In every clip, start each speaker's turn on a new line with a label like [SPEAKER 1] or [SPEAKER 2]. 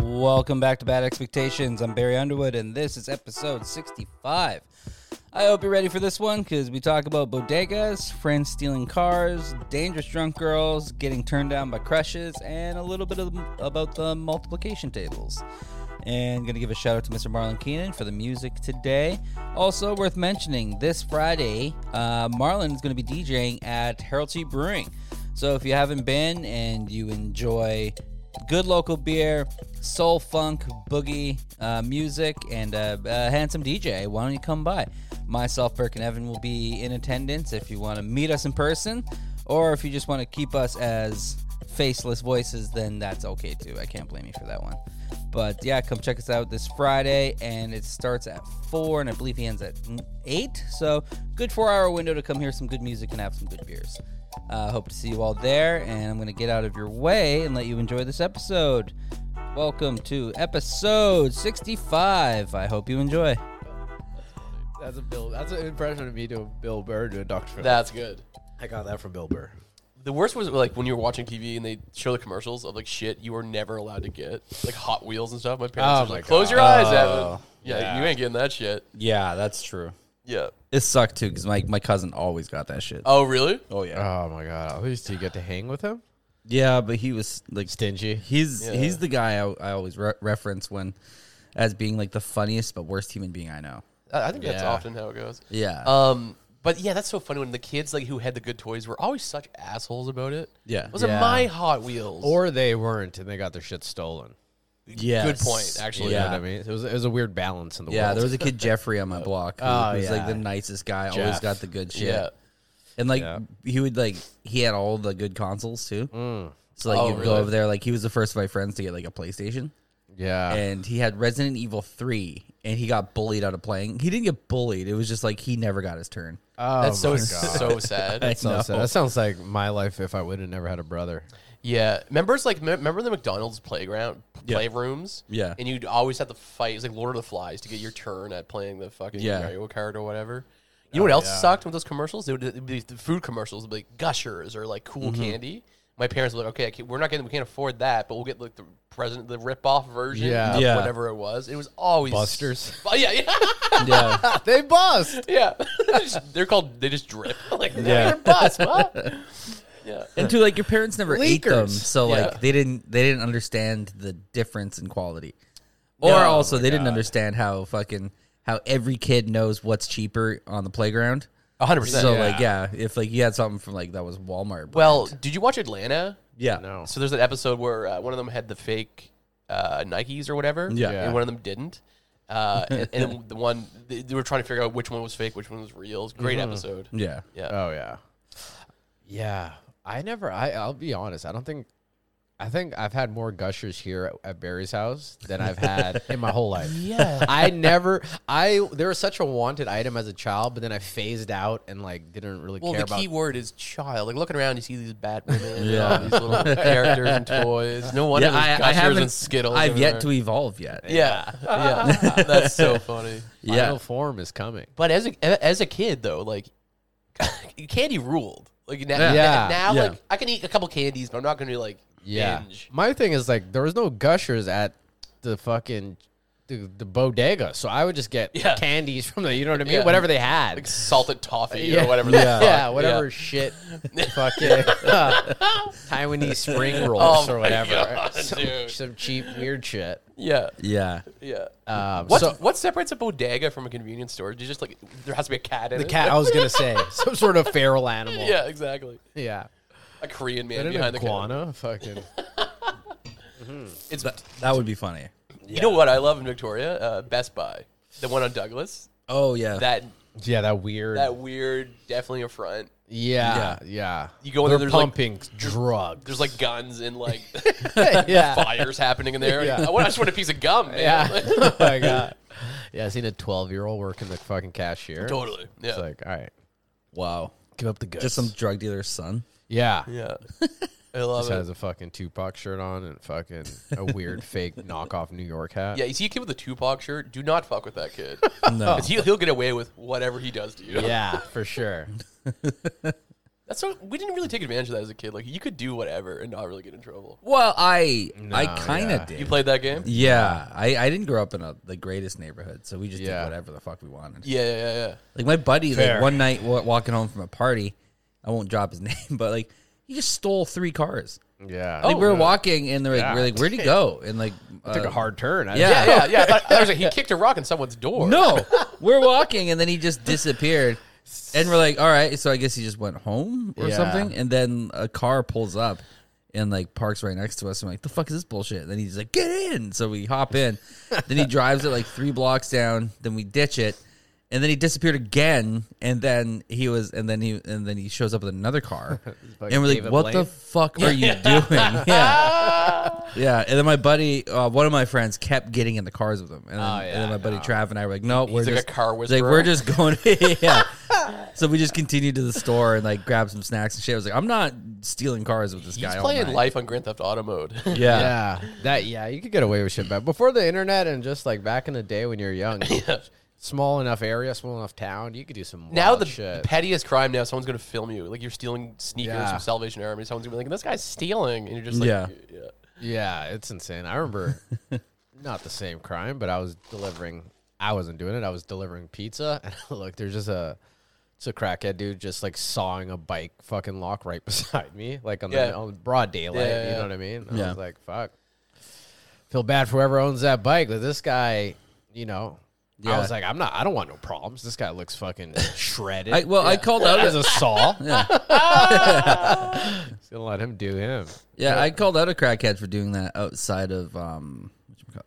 [SPEAKER 1] Welcome back to Bad Expectations. I'm Barry Underwood, and this is episode 65. I hope you're ready for this one because we talk about bodegas, friends stealing cars, dangerous drunk girls, getting turned down by crushes, and a little bit of, about the multiplication tables. And gonna give a shout out to Mr. Marlon Keenan for the music today. Also worth mentioning, this Friday, uh, Marlon is gonna be DJing at Harold T Brewing. So if you haven't been and you enjoy good local beer, soul funk, boogie uh, music, and a, a handsome DJ. Why don't you come by? Myself, Burke, and Evan will be in attendance if you want to meet us in person, or if you just want to keep us as faceless voices, then that's okay too. I can't blame you for that one. But yeah, come check us out this Friday, and it starts at 4, and I believe he ends at 8. So, good four hour window to come hear some good music and have some good beers. Uh, hope to see you all there, and I'm going to get out of your way and let you enjoy this episode. Welcome to episode 65. I hope you enjoy.
[SPEAKER 2] That's a Bill. That's an impression of me to Bill Burr to a doctor.
[SPEAKER 3] That's good.
[SPEAKER 2] I got that from Bill Burr.
[SPEAKER 3] The worst was like when you were watching TV and they show the commercials of like shit you were never allowed to get, like Hot Wheels and stuff. My parents
[SPEAKER 4] Oh
[SPEAKER 3] were just
[SPEAKER 4] my
[SPEAKER 3] like, "Close your
[SPEAKER 4] God. Oh,
[SPEAKER 3] eyes, Evan. Yeah,
[SPEAKER 4] yeah.
[SPEAKER 3] you ain't getting that shit."
[SPEAKER 4] Yeah, that's true.
[SPEAKER 3] Yeah.
[SPEAKER 1] It sucked too because my, my cousin always got that shit.
[SPEAKER 3] Oh, really?
[SPEAKER 4] Oh yeah.
[SPEAKER 2] Oh my god! At least you get to hang with him.
[SPEAKER 1] Yeah, but he was like,
[SPEAKER 2] Stingy.
[SPEAKER 1] he's
[SPEAKER 3] Yeah.
[SPEAKER 1] he's the guy I, I always re- reference when as being like the funniest but worst human being I know.
[SPEAKER 3] I, I think that's
[SPEAKER 2] Yeah.
[SPEAKER 3] often how it goes.
[SPEAKER 1] Yeah.
[SPEAKER 2] Uh,
[SPEAKER 3] Um, but yeah, that's so funny when the kids like who had the good toys were always such assholes about it.
[SPEAKER 4] Yeah.
[SPEAKER 3] Was
[SPEAKER 2] Yeah.
[SPEAKER 3] it my Hot Wheels?
[SPEAKER 2] Or they weren't, and they got their shit stolen.
[SPEAKER 4] Yeah.
[SPEAKER 3] good point, actually.
[SPEAKER 2] You know
[SPEAKER 4] Yeah.
[SPEAKER 2] what I mean? It was it was a weird balance in the
[SPEAKER 1] yeah,
[SPEAKER 2] world.
[SPEAKER 1] there was a kid Jeffrey on my block who
[SPEAKER 2] Oh,
[SPEAKER 1] was like
[SPEAKER 2] yeah.
[SPEAKER 1] the nicest guy, always
[SPEAKER 2] Jeff.
[SPEAKER 1] got the good shit.
[SPEAKER 3] Yeah.
[SPEAKER 1] And like
[SPEAKER 2] Yeah.
[SPEAKER 1] he would like he had all the good consoles too. So like
[SPEAKER 3] Oh,
[SPEAKER 1] you'd go
[SPEAKER 3] really?
[SPEAKER 1] over there, like he was the first of my friends to get like a PlayStation.
[SPEAKER 2] yeah.
[SPEAKER 1] and he had Resident Evil 3 and he got bullied out of playing. He didn't get bullied. It was just like he never got his turn.
[SPEAKER 2] oh
[SPEAKER 3] That's so
[SPEAKER 2] my God.
[SPEAKER 3] so sad.
[SPEAKER 1] That's
[SPEAKER 2] So sad. That sounds like my life if I would have never had a brother.
[SPEAKER 3] Yeah, remember it's like me- remember the McDonald's playground
[SPEAKER 4] Yeah.
[SPEAKER 3] playrooms.
[SPEAKER 1] Yeah.
[SPEAKER 3] and you'd always have to fight. It's like Lord of the Flies to get your turn at playing the fucking
[SPEAKER 1] Yeah.
[SPEAKER 3] Mario Kart or whatever. You know what else sucked with those commercials? They would it'd be the food commercials, it'd be like gushers or like cool candy. My parents were like, "Okay, I can't- we're not getting, we can't afford that, but we'll get like the present, the rip-off version
[SPEAKER 2] Yeah.
[SPEAKER 3] of
[SPEAKER 1] Yeah.
[SPEAKER 3] whatever it was." It was always
[SPEAKER 2] Busters.
[SPEAKER 3] Oh, yeah, yeah,
[SPEAKER 1] Yeah.
[SPEAKER 2] they bust.
[SPEAKER 3] yeah. They're just- they're called. They just drip. Like yeah, they're bust. What? Yeah.
[SPEAKER 1] and too like your parents never ate them,
[SPEAKER 2] Leakers.
[SPEAKER 1] so like
[SPEAKER 3] Yeah.
[SPEAKER 1] they didn't they didn't understand the difference in quality. Or
[SPEAKER 3] No. Oh
[SPEAKER 1] also they didn't understand how fucking how every kid knows what's cheaper on the playground.
[SPEAKER 3] 100%.
[SPEAKER 1] So like yeah, if like you had something from like that was Walmart.
[SPEAKER 3] well, did you watch Atlanta?
[SPEAKER 1] yeah.
[SPEAKER 2] No.
[SPEAKER 3] So there's an episode where uh, one of them had the fake uh, Nikes or whatever,
[SPEAKER 1] Yeah.
[SPEAKER 2] Yeah.
[SPEAKER 3] and one of them didn't. Uh, and, and the one they, they were trying to figure out which one was fake, which one was real. It's a great episode.
[SPEAKER 1] Yeah.
[SPEAKER 3] Yeah.
[SPEAKER 2] Oh yeah. Yeah. I never I I'll be honest, I don't think I think I've had more gushers here at, at Barry's house than I've had in my whole life.
[SPEAKER 3] Yeah.
[SPEAKER 2] I never I there was such a wanted item as a child, but then I phased out and like didn't really
[SPEAKER 3] well,
[SPEAKER 2] care
[SPEAKER 3] the
[SPEAKER 2] about
[SPEAKER 3] key word is child. Like looking around, you see these Batman, and
[SPEAKER 1] Yeah.
[SPEAKER 3] all these little characters and toys. No wonder
[SPEAKER 1] Yeah,
[SPEAKER 3] there's
[SPEAKER 1] I, I
[SPEAKER 3] gushers
[SPEAKER 1] haven't
[SPEAKER 3] and skittles.
[SPEAKER 1] I've yet to
[SPEAKER 3] everywhere.
[SPEAKER 1] evolve yet.
[SPEAKER 3] Yeah, yeah, that's so funny.
[SPEAKER 2] final
[SPEAKER 1] Yeah.
[SPEAKER 2] form is coming.
[SPEAKER 3] But as a as a kid though, like candy ruled. Like now,
[SPEAKER 2] Yeah.
[SPEAKER 3] now
[SPEAKER 1] Yeah.
[SPEAKER 3] like I can eat a couple candies, but I'm not going to like
[SPEAKER 2] Yeah.
[SPEAKER 3] binge.
[SPEAKER 2] My thing is like there was no gushers at the fucking the, the bodega, so I would just get
[SPEAKER 3] Yeah.
[SPEAKER 2] candies from the you know what I mean,
[SPEAKER 3] Yeah.
[SPEAKER 2] whatever they had.
[SPEAKER 3] like salted toffee
[SPEAKER 2] Yeah.
[SPEAKER 3] or whatever. the
[SPEAKER 2] Yeah,
[SPEAKER 3] fuck.
[SPEAKER 2] whatever
[SPEAKER 3] Yeah.
[SPEAKER 2] shit. fucking uh, Taiwanese spring rolls
[SPEAKER 3] Oh
[SPEAKER 2] or
[SPEAKER 3] my
[SPEAKER 2] whatever.
[SPEAKER 3] God,
[SPEAKER 2] some,
[SPEAKER 3] dude.
[SPEAKER 2] some cheap weird shit.
[SPEAKER 3] Yeah,
[SPEAKER 1] Yeah.
[SPEAKER 3] yeah.
[SPEAKER 2] Um,
[SPEAKER 3] what
[SPEAKER 2] so-
[SPEAKER 3] what separates a bodega from a convenience store? Do you just like there has to be a cat in
[SPEAKER 2] the
[SPEAKER 3] it?
[SPEAKER 2] cat. I was gonna say some sort of feral animal.
[SPEAKER 3] yeah, exactly.
[SPEAKER 2] yeah.
[SPEAKER 3] A Korean
[SPEAKER 2] Is
[SPEAKER 3] man
[SPEAKER 2] that an
[SPEAKER 3] behind the counter.
[SPEAKER 2] iguana, fucking.
[SPEAKER 3] It's
[SPEAKER 1] That would be funny.
[SPEAKER 3] you know what I love in Victoria, uh, Best Buy, the one on Douglas.
[SPEAKER 1] Oh yeah.
[SPEAKER 3] That
[SPEAKER 2] Yeah, that weird.
[SPEAKER 3] that weird, definitely a front.
[SPEAKER 2] yeah,
[SPEAKER 1] Yeah.
[SPEAKER 2] yeah,
[SPEAKER 3] You go in
[SPEAKER 2] They're
[SPEAKER 3] there, there's, like,
[SPEAKER 2] pumping drugs.
[SPEAKER 3] There's like guns and like
[SPEAKER 2] yeah,
[SPEAKER 3] fires happening in there.
[SPEAKER 2] Yeah.
[SPEAKER 3] I, want, I just want a piece of gum. Man.
[SPEAKER 2] yeah.
[SPEAKER 3] Like,
[SPEAKER 2] oh my god. Yeah, I seen a twelve-year-old working the fucking cashier.
[SPEAKER 3] totally. Yeah.
[SPEAKER 2] It's like, all right,
[SPEAKER 1] wow.
[SPEAKER 2] give up the goods.
[SPEAKER 1] Just some drug dealer's son.
[SPEAKER 2] Yeah.
[SPEAKER 3] yeah. I love
[SPEAKER 2] Just
[SPEAKER 3] it.
[SPEAKER 2] has a fucking Tupac shirt on and fucking a weird fake knockoff New York hat.
[SPEAKER 3] Yeah, you see a kid with a Tupac shirt. Do not fuck with that kid.
[SPEAKER 1] No.
[SPEAKER 3] Because he'll, he'll get away with whatever he does to you.
[SPEAKER 2] Yeah, for sure.
[SPEAKER 3] That's That's so we didn't really take advantage of that as a kid. Like you could do whatever and not really get in trouble.
[SPEAKER 1] Well, I I
[SPEAKER 2] No,
[SPEAKER 1] kind of
[SPEAKER 2] yeah.
[SPEAKER 1] did.
[SPEAKER 3] You played that game?
[SPEAKER 1] yeah, I, I didn't grow up in a, the greatest neighborhood, so we just
[SPEAKER 2] Yeah.
[SPEAKER 1] did whatever the fuck we wanted.
[SPEAKER 3] Yeah, yeah, yeah. yeah.
[SPEAKER 1] Like my buddy,
[SPEAKER 5] Fair.
[SPEAKER 1] like one night wa- walking home from a party, I won't drop his name, but like he just stole three cars.
[SPEAKER 2] Oh, Yeah.
[SPEAKER 1] Like we were walking, and they're like,
[SPEAKER 2] Yeah.
[SPEAKER 1] we're like, where'd he go? And like,
[SPEAKER 2] took a
[SPEAKER 1] uh,
[SPEAKER 2] hard turn. I-
[SPEAKER 1] yeah,
[SPEAKER 3] Yeah, yeah, yeah. I thought, I thought it was like he kicked a rock in someone's door.
[SPEAKER 1] No, we're walking, and then he just disappeared. And we're like, all right, so I guess he just went home or
[SPEAKER 2] Yeah.
[SPEAKER 1] something. And then a car pulls up and like parks right next to us. I'm like, the fuck is this bullshit? And then he's like, get in. So we hop in. then he drives it like three blocks down. Then we ditch it. And then he disappeared again. And then he was, and then he, and then he shows up with another car. and we're like,
[SPEAKER 2] David
[SPEAKER 1] what the
[SPEAKER 2] Blaine.
[SPEAKER 1] fuck are you doing? Yeah. Yeah. And then my buddy, uh, one of my friends kept getting in the cars with him. And then,
[SPEAKER 3] Oh,
[SPEAKER 1] and then my buddy Trav and I were like, no, we're
[SPEAKER 3] like a
[SPEAKER 1] just,
[SPEAKER 3] car
[SPEAKER 1] he's like, we're
[SPEAKER 3] whisperer.
[SPEAKER 1] just going. yeah. So we just continued to the store and like grabbed some snacks and shit. I was like, I'm not stealing cars with this
[SPEAKER 3] He's
[SPEAKER 1] guy. all
[SPEAKER 3] playing
[SPEAKER 1] night.
[SPEAKER 3] life on Grand Theft Auto mode.
[SPEAKER 1] Yeah.
[SPEAKER 2] Yeah, that yeah, you could get away with shit back before the internet and just like back in the day when you're young, small enough area, small enough town, you could do some
[SPEAKER 3] now
[SPEAKER 1] Oh,
[SPEAKER 2] wild
[SPEAKER 3] the, the
[SPEAKER 2] shit.
[SPEAKER 3] pettiest crime now, someone's gonna film you. Like you're stealing sneakers
[SPEAKER 2] Yeah.
[SPEAKER 3] from Salvation Army. Someone's gonna be like, "This guy's stealing," and you're just like,
[SPEAKER 1] Yeah.
[SPEAKER 3] yeah.
[SPEAKER 2] yeah, it's insane. I remember not the same crime, but I was delivering. I wasn't doing it. I was delivering pizza, and look, there's just a it's a crackhead dude just like sawing a bike fucking lock right beside me, like on
[SPEAKER 3] Yeah.
[SPEAKER 2] the on broad daylight.
[SPEAKER 3] Yeah, yeah,
[SPEAKER 2] you
[SPEAKER 3] yeah.
[SPEAKER 2] know what I mean? I
[SPEAKER 1] Yeah.
[SPEAKER 2] was like, fuck. Feel bad for whoever owns that bike, but this guy, you know. I
[SPEAKER 1] Yeah.
[SPEAKER 2] was like, I'm not. I don't want no problems. This guy looks fucking shredded.
[SPEAKER 1] I, well, I called out.
[SPEAKER 2] as
[SPEAKER 1] A,
[SPEAKER 2] a saw.
[SPEAKER 1] Yeah.
[SPEAKER 2] Just gonna let him do him.
[SPEAKER 1] yeah, I called out a crackhead for doing that outside of um,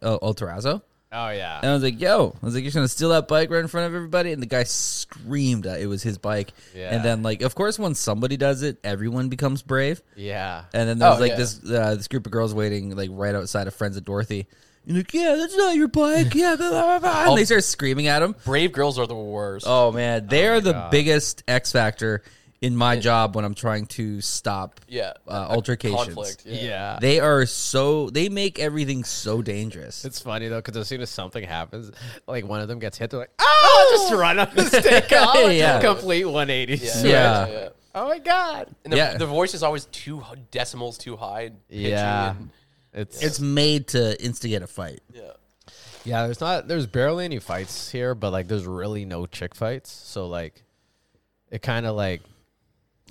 [SPEAKER 1] oh, El Terrazzo.
[SPEAKER 2] Oh yeah.
[SPEAKER 1] And I was like, yo, I was like, you're going to steal that bike right in front of everybody. And the guy screamed that it was his bike.
[SPEAKER 2] Yeah.
[SPEAKER 1] And then, like, of course, when somebody does it, everyone becomes brave.
[SPEAKER 2] Yeah.
[SPEAKER 1] And then there was
[SPEAKER 3] Oh,
[SPEAKER 1] like
[SPEAKER 3] yeah.
[SPEAKER 1] this uh, this group of girls waiting, like, right outside of Friends of Dorothy. And like, yeah, that's not your bike. Yeah. Blah, blah, blah, blah. And they start screaming at him.
[SPEAKER 3] Brave girls are the worst.
[SPEAKER 1] Oh, man. They are the biggest X factor in my job when I'm trying to stop
[SPEAKER 3] yeah,
[SPEAKER 1] uh, altercations.
[SPEAKER 3] conflict.
[SPEAKER 2] Yeah.
[SPEAKER 3] Yeah.
[SPEAKER 1] They are so, they make everything so dangerous.
[SPEAKER 2] It's funny though, because as soon as something happens, like one of them gets hit, they're like, "Oh, just run on the stick, oh,
[SPEAKER 1] Yeah.
[SPEAKER 2] complete 180."
[SPEAKER 3] Yeah.
[SPEAKER 1] Yeah.
[SPEAKER 2] Oh my god.
[SPEAKER 3] And the,
[SPEAKER 1] Yeah.
[SPEAKER 3] the voice is always two h- decimals too high. And pitchy
[SPEAKER 2] Yeah.
[SPEAKER 3] and-
[SPEAKER 2] It's,
[SPEAKER 1] it's made to instigate a fight.
[SPEAKER 3] yeah.
[SPEAKER 2] yeah. There's not. There's barely any fights here, but like, there's really no chick fights. So like, it kind of like,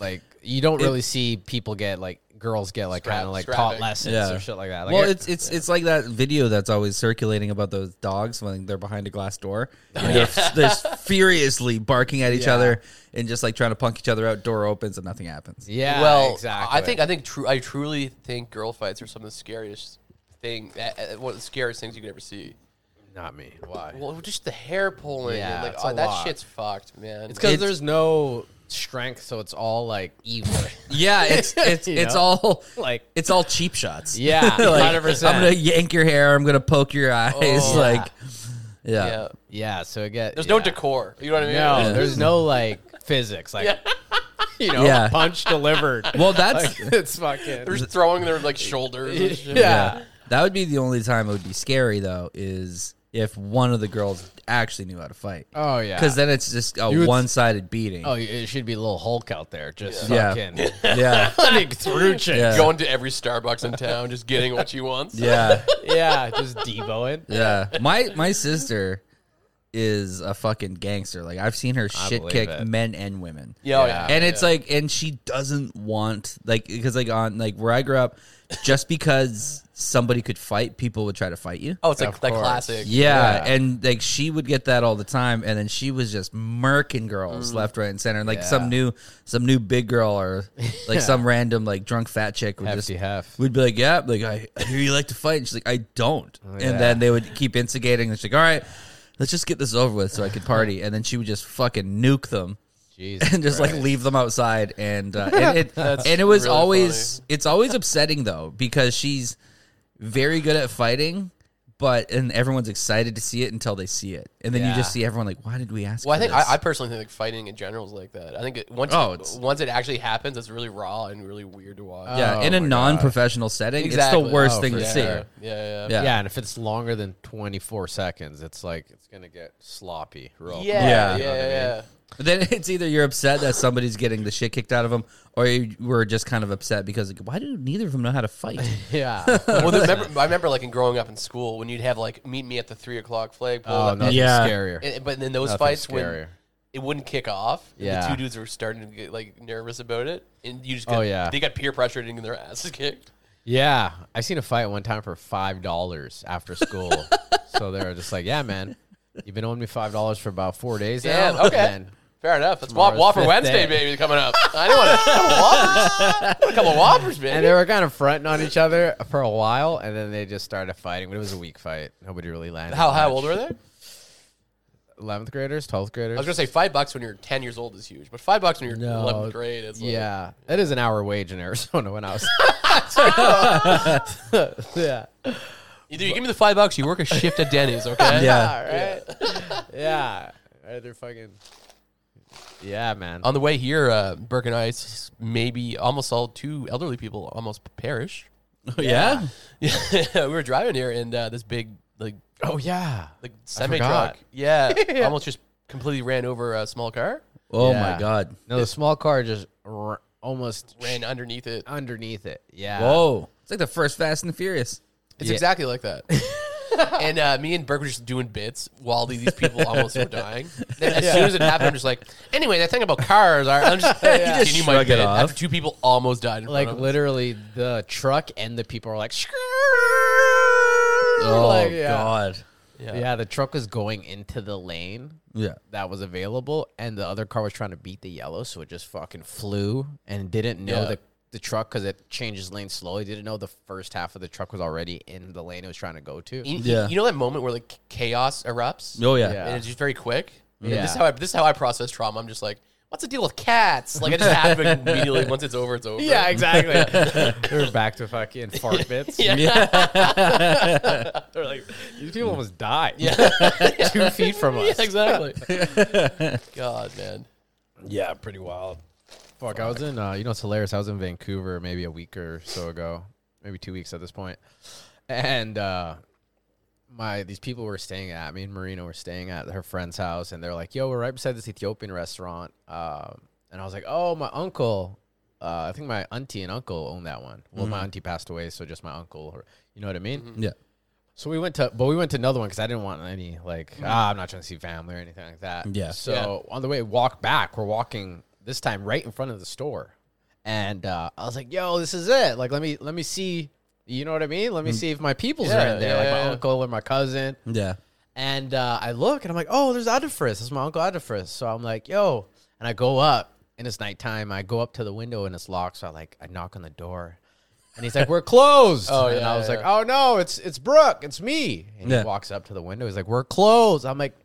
[SPEAKER 2] like you don't really see people get like girls get like
[SPEAKER 3] Strap-
[SPEAKER 2] kind of like taught
[SPEAKER 3] strapping.
[SPEAKER 2] lessons
[SPEAKER 1] Yeah.
[SPEAKER 2] or shit like that. Like,
[SPEAKER 1] well,
[SPEAKER 2] it-
[SPEAKER 1] it's it's it's like that video that's always circulating about those dogs when they're behind a glass door. And they're, they're furiously barking at each
[SPEAKER 2] Yeah.
[SPEAKER 1] other and just like trying to punk each other out. Door opens and nothing happens.
[SPEAKER 2] yeah.
[SPEAKER 3] well,
[SPEAKER 2] exactly.
[SPEAKER 3] I think I think true. I truly think girl fights are some of the scariest thing. uh, uh, One of the scariest things you could ever see.
[SPEAKER 2] Not me. Why?
[SPEAKER 3] Well, just the hair pulling. and,
[SPEAKER 2] Yeah,
[SPEAKER 3] like
[SPEAKER 2] it's
[SPEAKER 3] oh,
[SPEAKER 2] a
[SPEAKER 3] that
[SPEAKER 2] lot.
[SPEAKER 3] shit's fucked, man.
[SPEAKER 2] It's because there's no strength, so it's all like evil.
[SPEAKER 1] Yeah, it's it's
[SPEAKER 2] You
[SPEAKER 1] it's
[SPEAKER 2] know?
[SPEAKER 1] all
[SPEAKER 2] like
[SPEAKER 1] it's all cheap shots.
[SPEAKER 2] Yeah,
[SPEAKER 1] Like,
[SPEAKER 2] 100%.
[SPEAKER 1] I'm gonna yank your hair. I'm gonna poke your eyes. like, yeah.
[SPEAKER 3] yeah.
[SPEAKER 2] Oh, yeah, so it get
[SPEAKER 3] There's
[SPEAKER 2] yeah.
[SPEAKER 3] no decor. You know what I mean?
[SPEAKER 2] No,
[SPEAKER 1] Yeah.
[SPEAKER 2] there's no like physics. Like you know,
[SPEAKER 1] Yeah.
[SPEAKER 2] punch delivered.
[SPEAKER 1] Well, that's
[SPEAKER 2] Like, it's fucking
[SPEAKER 3] They're just throwing their like shoulders. And shit.
[SPEAKER 2] yeah.
[SPEAKER 1] that would be the only time it would be scary though. Is if one of the girls actually knew how to fight.
[SPEAKER 2] Oh yeah.
[SPEAKER 1] Because then it's just a
[SPEAKER 2] would-
[SPEAKER 1] one-sided beating.
[SPEAKER 2] oh, it should be a little Hulk out there, just
[SPEAKER 1] Yeah.
[SPEAKER 2] fucking
[SPEAKER 1] yeah,
[SPEAKER 2] running through chicks.
[SPEAKER 1] Yeah.
[SPEAKER 3] Going to every Starbucks in town, just getting what she wants.
[SPEAKER 1] yeah,
[SPEAKER 2] Yeah, just deboing.
[SPEAKER 1] yeah. My my sister is a fucking gangster. Like I've seen her shit
[SPEAKER 2] believe
[SPEAKER 1] kick
[SPEAKER 2] it.
[SPEAKER 1] men and women.
[SPEAKER 3] Yeah, oh,
[SPEAKER 2] Yeah.
[SPEAKER 3] yeah.
[SPEAKER 1] and it's like, and she doesn't want like because like on like where I grew up, just because somebody could fight, people would try to fight you.
[SPEAKER 3] oh, it's like
[SPEAKER 2] Of
[SPEAKER 3] that
[SPEAKER 2] course.
[SPEAKER 3] classic.
[SPEAKER 1] Yeah,
[SPEAKER 2] Yeah.
[SPEAKER 1] and like she would get that all the time, and then she was just murking girls left, right, and center. And like some
[SPEAKER 2] Mm. Yeah.
[SPEAKER 1] new, some new big girl or like some random like drunk fat chick would
[SPEAKER 2] Hefty
[SPEAKER 1] just
[SPEAKER 2] hef.
[SPEAKER 1] we'd be like, yeah, like I, I hear you like to fight, and she's like, I don't.
[SPEAKER 2] Oh, yeah.
[SPEAKER 1] And then they would keep instigating, and she's like, all right, let's just get this over with so I could party. And then she would just fucking nuke them
[SPEAKER 2] Jesus.
[SPEAKER 1] and just like leave them outside and uh, and it and it was
[SPEAKER 3] really
[SPEAKER 1] always it's always upsetting though because she's very good at fighting but and everyone's excited to see it until they see it and then you just
[SPEAKER 2] Yeah.
[SPEAKER 1] see everyone like why did we ask
[SPEAKER 3] Well, I
[SPEAKER 1] for
[SPEAKER 3] think
[SPEAKER 1] this?
[SPEAKER 3] I, I personally think like fighting in general is like that. I think it, once
[SPEAKER 1] Oh, it's-
[SPEAKER 3] once it actually happens, it's really raw and really weird to watch.
[SPEAKER 1] yeah
[SPEAKER 2] Oh
[SPEAKER 1] in a
[SPEAKER 2] my God.
[SPEAKER 1] non-professional setting
[SPEAKER 3] Exactly.
[SPEAKER 1] it's the worst
[SPEAKER 2] Oh,
[SPEAKER 1] thing
[SPEAKER 2] for
[SPEAKER 1] to
[SPEAKER 3] yeah,
[SPEAKER 1] see
[SPEAKER 3] yeah,
[SPEAKER 1] yeah
[SPEAKER 3] yeah, yeah.
[SPEAKER 1] yeah,
[SPEAKER 2] Yeah, and if it's longer than 24 seconds, it's like it's gonna get sloppy real
[SPEAKER 3] Yeah,
[SPEAKER 1] Yeah.
[SPEAKER 3] yeah, yeah,
[SPEAKER 1] Then it's either you're upset that somebody's getting the shit kicked out of them, or you were just kind of upset because like, why do neither of them know how to fight?
[SPEAKER 2] Yeah.
[SPEAKER 3] well, the, remember, I remember like in growing up in school when you'd have like meet me at the three o'clock flagpole.
[SPEAKER 2] oh,
[SPEAKER 3] that-
[SPEAKER 2] nothing
[SPEAKER 5] Yeah.
[SPEAKER 2] scarier.
[SPEAKER 3] and- but in those
[SPEAKER 2] Nothing
[SPEAKER 3] fights
[SPEAKER 2] scarier.
[SPEAKER 3] when it wouldn't kick off, and
[SPEAKER 2] Yeah.
[SPEAKER 3] the two dudes were starting to get like nervous about it, and you just
[SPEAKER 2] Oh,
[SPEAKER 3] got,
[SPEAKER 2] yeah.
[SPEAKER 3] they got peer pressured and their asses kicked.
[SPEAKER 2] Yeah, I seen a fight one time for five dollars after school. so they were just like, "Yeah, man, you've been owing me five dollars for about four days
[SPEAKER 3] Yeah,
[SPEAKER 2] now."
[SPEAKER 3] okay.
[SPEAKER 2] And
[SPEAKER 3] Fair enough. That's Whop
[SPEAKER 2] Tomorrow's
[SPEAKER 3] Whopper
[SPEAKER 2] fifth
[SPEAKER 3] Wednesday,
[SPEAKER 2] day.
[SPEAKER 3] baby, coming up. I don't want a couple Whoppers. I want a couple Whoppers,
[SPEAKER 2] and
[SPEAKER 3] baby.
[SPEAKER 2] they were kind of fronting on each other for a while, and then they just started fighting. But it was a weak fight. Nobody really landed.
[SPEAKER 3] how how old were they? I
[SPEAKER 2] Eleventh graders, twelfth graders.
[SPEAKER 3] was gonna say five bucks when you're ten years old is huge, but five bucks when you're
[SPEAKER 2] No.
[SPEAKER 3] eleventh grade is like,
[SPEAKER 2] yeah, that is an hour wage in Arizona when I was. yeah,
[SPEAKER 3] Either you give me the five bucks, you work a shift at Denny's, okay?
[SPEAKER 1] Yeah.
[SPEAKER 2] yeah, either fucking. Yeah, man.
[SPEAKER 3] On the way here, uh, Burke and I s- maybe almost all two elderly people almost perish.
[SPEAKER 1] Oh, yeah?
[SPEAKER 3] Yeah, we were driving here, and uh, this big like
[SPEAKER 2] Oh yeah.
[SPEAKER 3] like semi
[SPEAKER 2] forgot.
[SPEAKER 3] truck, yeah, almost just completely ran over a small car,
[SPEAKER 1] Oh
[SPEAKER 2] Yeah.
[SPEAKER 1] my god.
[SPEAKER 2] No, the small car just r- almost
[SPEAKER 3] ran underneath it.
[SPEAKER 1] Uh,
[SPEAKER 2] underneath it. Yeah.
[SPEAKER 1] Whoa. It's like the first Fast and the Furious.
[SPEAKER 3] It's exactly like that. and uh, me and Burke were just doing bits while these these people almost were dying. Then as soon as it happened, I'm just like, anyway, that thing about cars are. I'm just,
[SPEAKER 1] You just
[SPEAKER 3] continue my
[SPEAKER 1] shrug it
[SPEAKER 3] bit
[SPEAKER 1] off.
[SPEAKER 3] after two people almost died. In
[SPEAKER 2] Like
[SPEAKER 3] front of us.
[SPEAKER 2] literally, the truck and the people are like, "Screw!"
[SPEAKER 1] Oh
[SPEAKER 2] Like, yeah.
[SPEAKER 1] god.
[SPEAKER 3] yeah.
[SPEAKER 2] Yeah, the truck was going into the lane
[SPEAKER 1] Yeah.
[SPEAKER 2] that was available, and the other car was trying to beat the yellow, so it just fucking flew and didn't know
[SPEAKER 3] Yeah.
[SPEAKER 2] the the truck because it changes lane slowly. Didn't know the first half of the truck was already in the lane it was trying to go to.
[SPEAKER 3] You, you-
[SPEAKER 1] Yeah.
[SPEAKER 3] you know that moment where like chaos erupts.
[SPEAKER 1] Oh yeah.
[SPEAKER 2] Yeah.
[SPEAKER 3] and it's just very quick. And
[SPEAKER 2] Yeah.
[SPEAKER 3] this is how I, this is how I process trauma. I'm just like, what's the deal with cats? Like I just have it immediately. Once it's over, it's over.
[SPEAKER 2] exactly. we were back to fucking fart bits.
[SPEAKER 3] Yeah.
[SPEAKER 2] They're like, these people almost died.
[SPEAKER 3] Yeah.
[SPEAKER 2] two feet from
[SPEAKER 3] Yeah,
[SPEAKER 2] us.
[SPEAKER 3] exactly. God, man.
[SPEAKER 2] Yeah, pretty wild. Fuck, I was in, uh, you know, it's hilarious. I was in Vancouver maybe a week or so ago, maybe two weeks at this point, and uh, my these people were staying at me and Marina were staying at her friend's house, and they're like, "Yo, we're right beside this Ethiopian restaurant," um, and I was like, "Oh, my uncle." Uh, I think my auntie and uncle own that one. Well, my auntie passed away, so just my uncle. Or, you know what I mean?
[SPEAKER 3] Mm-hmm.
[SPEAKER 1] Yeah.
[SPEAKER 2] So we went to, but we went to another one because I didn't want any like,
[SPEAKER 3] Mm-hmm.
[SPEAKER 2] ah, I'm not trying to see family or anything like that.
[SPEAKER 1] Yeah.
[SPEAKER 2] So on the way, walk back. We're walking this time right in front of the store, and uh, I was like, "Yo, this is it. Like, let me let me see. You know what I mean? Let me see if my people's
[SPEAKER 3] Mm. Yeah,
[SPEAKER 2] are in there,
[SPEAKER 3] yeah,
[SPEAKER 2] like
[SPEAKER 3] yeah,
[SPEAKER 2] my
[SPEAKER 3] yeah.
[SPEAKER 2] uncle or my cousin."
[SPEAKER 1] Yeah.
[SPEAKER 2] And uh, I look and I'm like, oh, there's Adafris. That's my uncle Adafris. So I'm like, yo. And I go up and it's nighttime. I go up to the window and it's locked. So I like, I knock on the door. And he's like, we're closed.
[SPEAKER 3] Oh,
[SPEAKER 2] And
[SPEAKER 3] yeah,
[SPEAKER 2] I was
[SPEAKER 3] yeah.
[SPEAKER 2] like, oh, no, it's it's Brooke. It's me. And
[SPEAKER 1] Yeah.
[SPEAKER 2] he walks up to the window. He's like, we're closed. I'm like,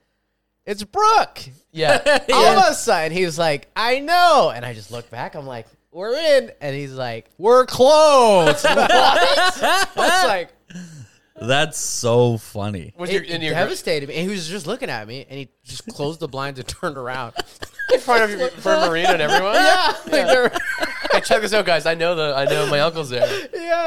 [SPEAKER 2] it's Brooke.
[SPEAKER 3] Yeah.
[SPEAKER 2] All of a sudden, he was like, I know. And I just look back. I'm like, we're in. And he's like, we're closed. what? I was like,
[SPEAKER 1] That's so funny.
[SPEAKER 3] Was
[SPEAKER 2] it
[SPEAKER 3] your, in your
[SPEAKER 2] devastated me. And he was just looking at me, and he just closed the blinds and turned around in front of
[SPEAKER 3] for Marina and everyone?
[SPEAKER 2] Yeah, like they're-
[SPEAKER 3] Hey, check this out, guys. I know the I know my uncle's there.
[SPEAKER 2] yeah.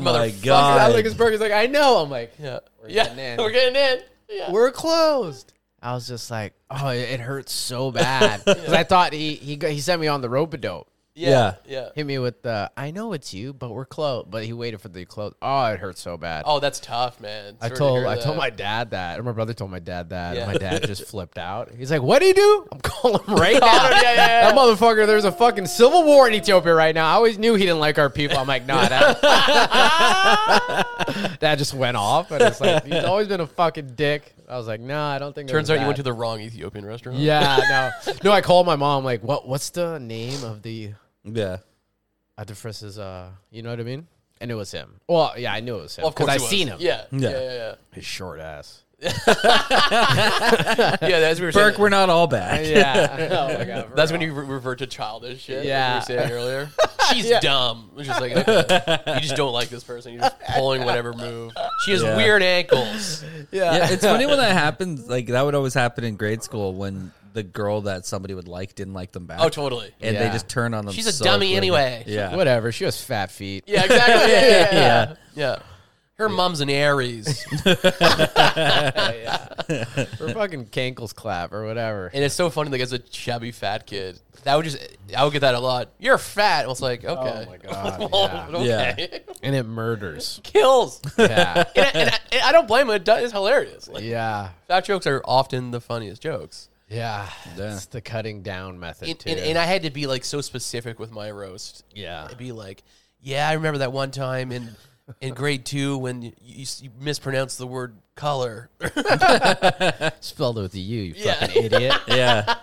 [SPEAKER 1] oh my
[SPEAKER 3] motherfucker.
[SPEAKER 2] I
[SPEAKER 1] god.
[SPEAKER 2] look at his burger. He's like, I know. I'm like,
[SPEAKER 3] Yeah. We're yeah.
[SPEAKER 2] getting in.
[SPEAKER 3] We're getting in. Yeah.
[SPEAKER 2] we're closed. I was just like, oh, it it hurts so bad because I thought he he got- he sent me on the rope a dope.
[SPEAKER 3] yeah. Yeah.
[SPEAKER 2] Hit me with the I know it's you, but we're closed. But he waited for the close. Oh, it hurts so bad.
[SPEAKER 3] Oh, that's tough, man.
[SPEAKER 2] I
[SPEAKER 3] Sorry to
[SPEAKER 2] told
[SPEAKER 3] hear
[SPEAKER 2] I told
[SPEAKER 3] that.
[SPEAKER 2] my dad that, or my brother told my dad that.
[SPEAKER 3] Yeah.
[SPEAKER 2] And my dad just flipped out. He's like, "What do you do?" I'm calling him right now.
[SPEAKER 3] yeah, yeah, yeah.
[SPEAKER 2] That motherfucker. There's a fucking civil war in Ethiopia right now. I always knew he didn't like our people. I'm like, nah, that, that just went off. And it's like he's always been a fucking dick. I was like, nah, I don't think. it
[SPEAKER 3] Turns
[SPEAKER 2] was
[SPEAKER 3] out
[SPEAKER 2] that.
[SPEAKER 3] you went to the wrong Ethiopian restaurant.
[SPEAKER 2] Yeah, no, no. I called my mom. Like, what? What's the name of the
[SPEAKER 1] yeah.
[SPEAKER 2] Adifris's? Uh, you know what I mean? And it was him. Well, yeah, I knew it was him.
[SPEAKER 3] Well, of course.
[SPEAKER 2] I
[SPEAKER 3] it was.
[SPEAKER 2] seen him.
[SPEAKER 3] Yeah.
[SPEAKER 1] Yeah.
[SPEAKER 3] Yeah. Yeah. yeah,
[SPEAKER 2] his short ass.
[SPEAKER 3] yeah. that's what we were saying.
[SPEAKER 1] Burke, we're not all back.
[SPEAKER 2] Yeah. oh my god.
[SPEAKER 3] That's when you re- revert to childish shit.
[SPEAKER 2] Yeah.
[SPEAKER 3] Yeah, you were saying earlier. She's dumb. It's just like okay, you just don't like this person. You're just pulling whatever move. She has
[SPEAKER 1] Yeah.
[SPEAKER 3] weird ankles.
[SPEAKER 1] yeah, it's funny when that happens. Like that would always happen in grade school when the girl that somebody would like didn't like them back.
[SPEAKER 3] Oh, totally.
[SPEAKER 1] and
[SPEAKER 2] Yeah.
[SPEAKER 1] they just turn on them.
[SPEAKER 3] She's a
[SPEAKER 1] so
[SPEAKER 3] dummy
[SPEAKER 1] quickly.
[SPEAKER 3] anyway.
[SPEAKER 1] Yeah.
[SPEAKER 2] Whatever. She has fat feet.
[SPEAKER 3] Yeah, exactly. Yeah, yeah, yeah. yeah. Her mom's an Aries,
[SPEAKER 2] Or fucking cankles clap or whatever.
[SPEAKER 3] and it's so funny. Like as a chubby fat kid, that would just I would get that a lot. You're fat. I was like, okay,
[SPEAKER 2] Oh my God,
[SPEAKER 3] Oh Well,
[SPEAKER 1] yeah.
[SPEAKER 3] okay.
[SPEAKER 2] And it murders.
[SPEAKER 3] kills.
[SPEAKER 2] Yeah.
[SPEAKER 3] and, I, and, I, and I don't blame him. It does, it's hilarious. Like,
[SPEAKER 2] yeah.
[SPEAKER 3] Fat jokes are often the funniest jokes.
[SPEAKER 2] Yeah. It's the cutting down method
[SPEAKER 3] And,
[SPEAKER 2] too.
[SPEAKER 3] and, and I had to be like so specific with my roast.
[SPEAKER 2] yeah.
[SPEAKER 3] I'd be like, yeah, I remember that one time in in grade two when you, you, s- you mispronounced the word color.
[SPEAKER 2] Spelled it with a U, you
[SPEAKER 3] Yeah.
[SPEAKER 2] fucking idiot.
[SPEAKER 1] Yeah,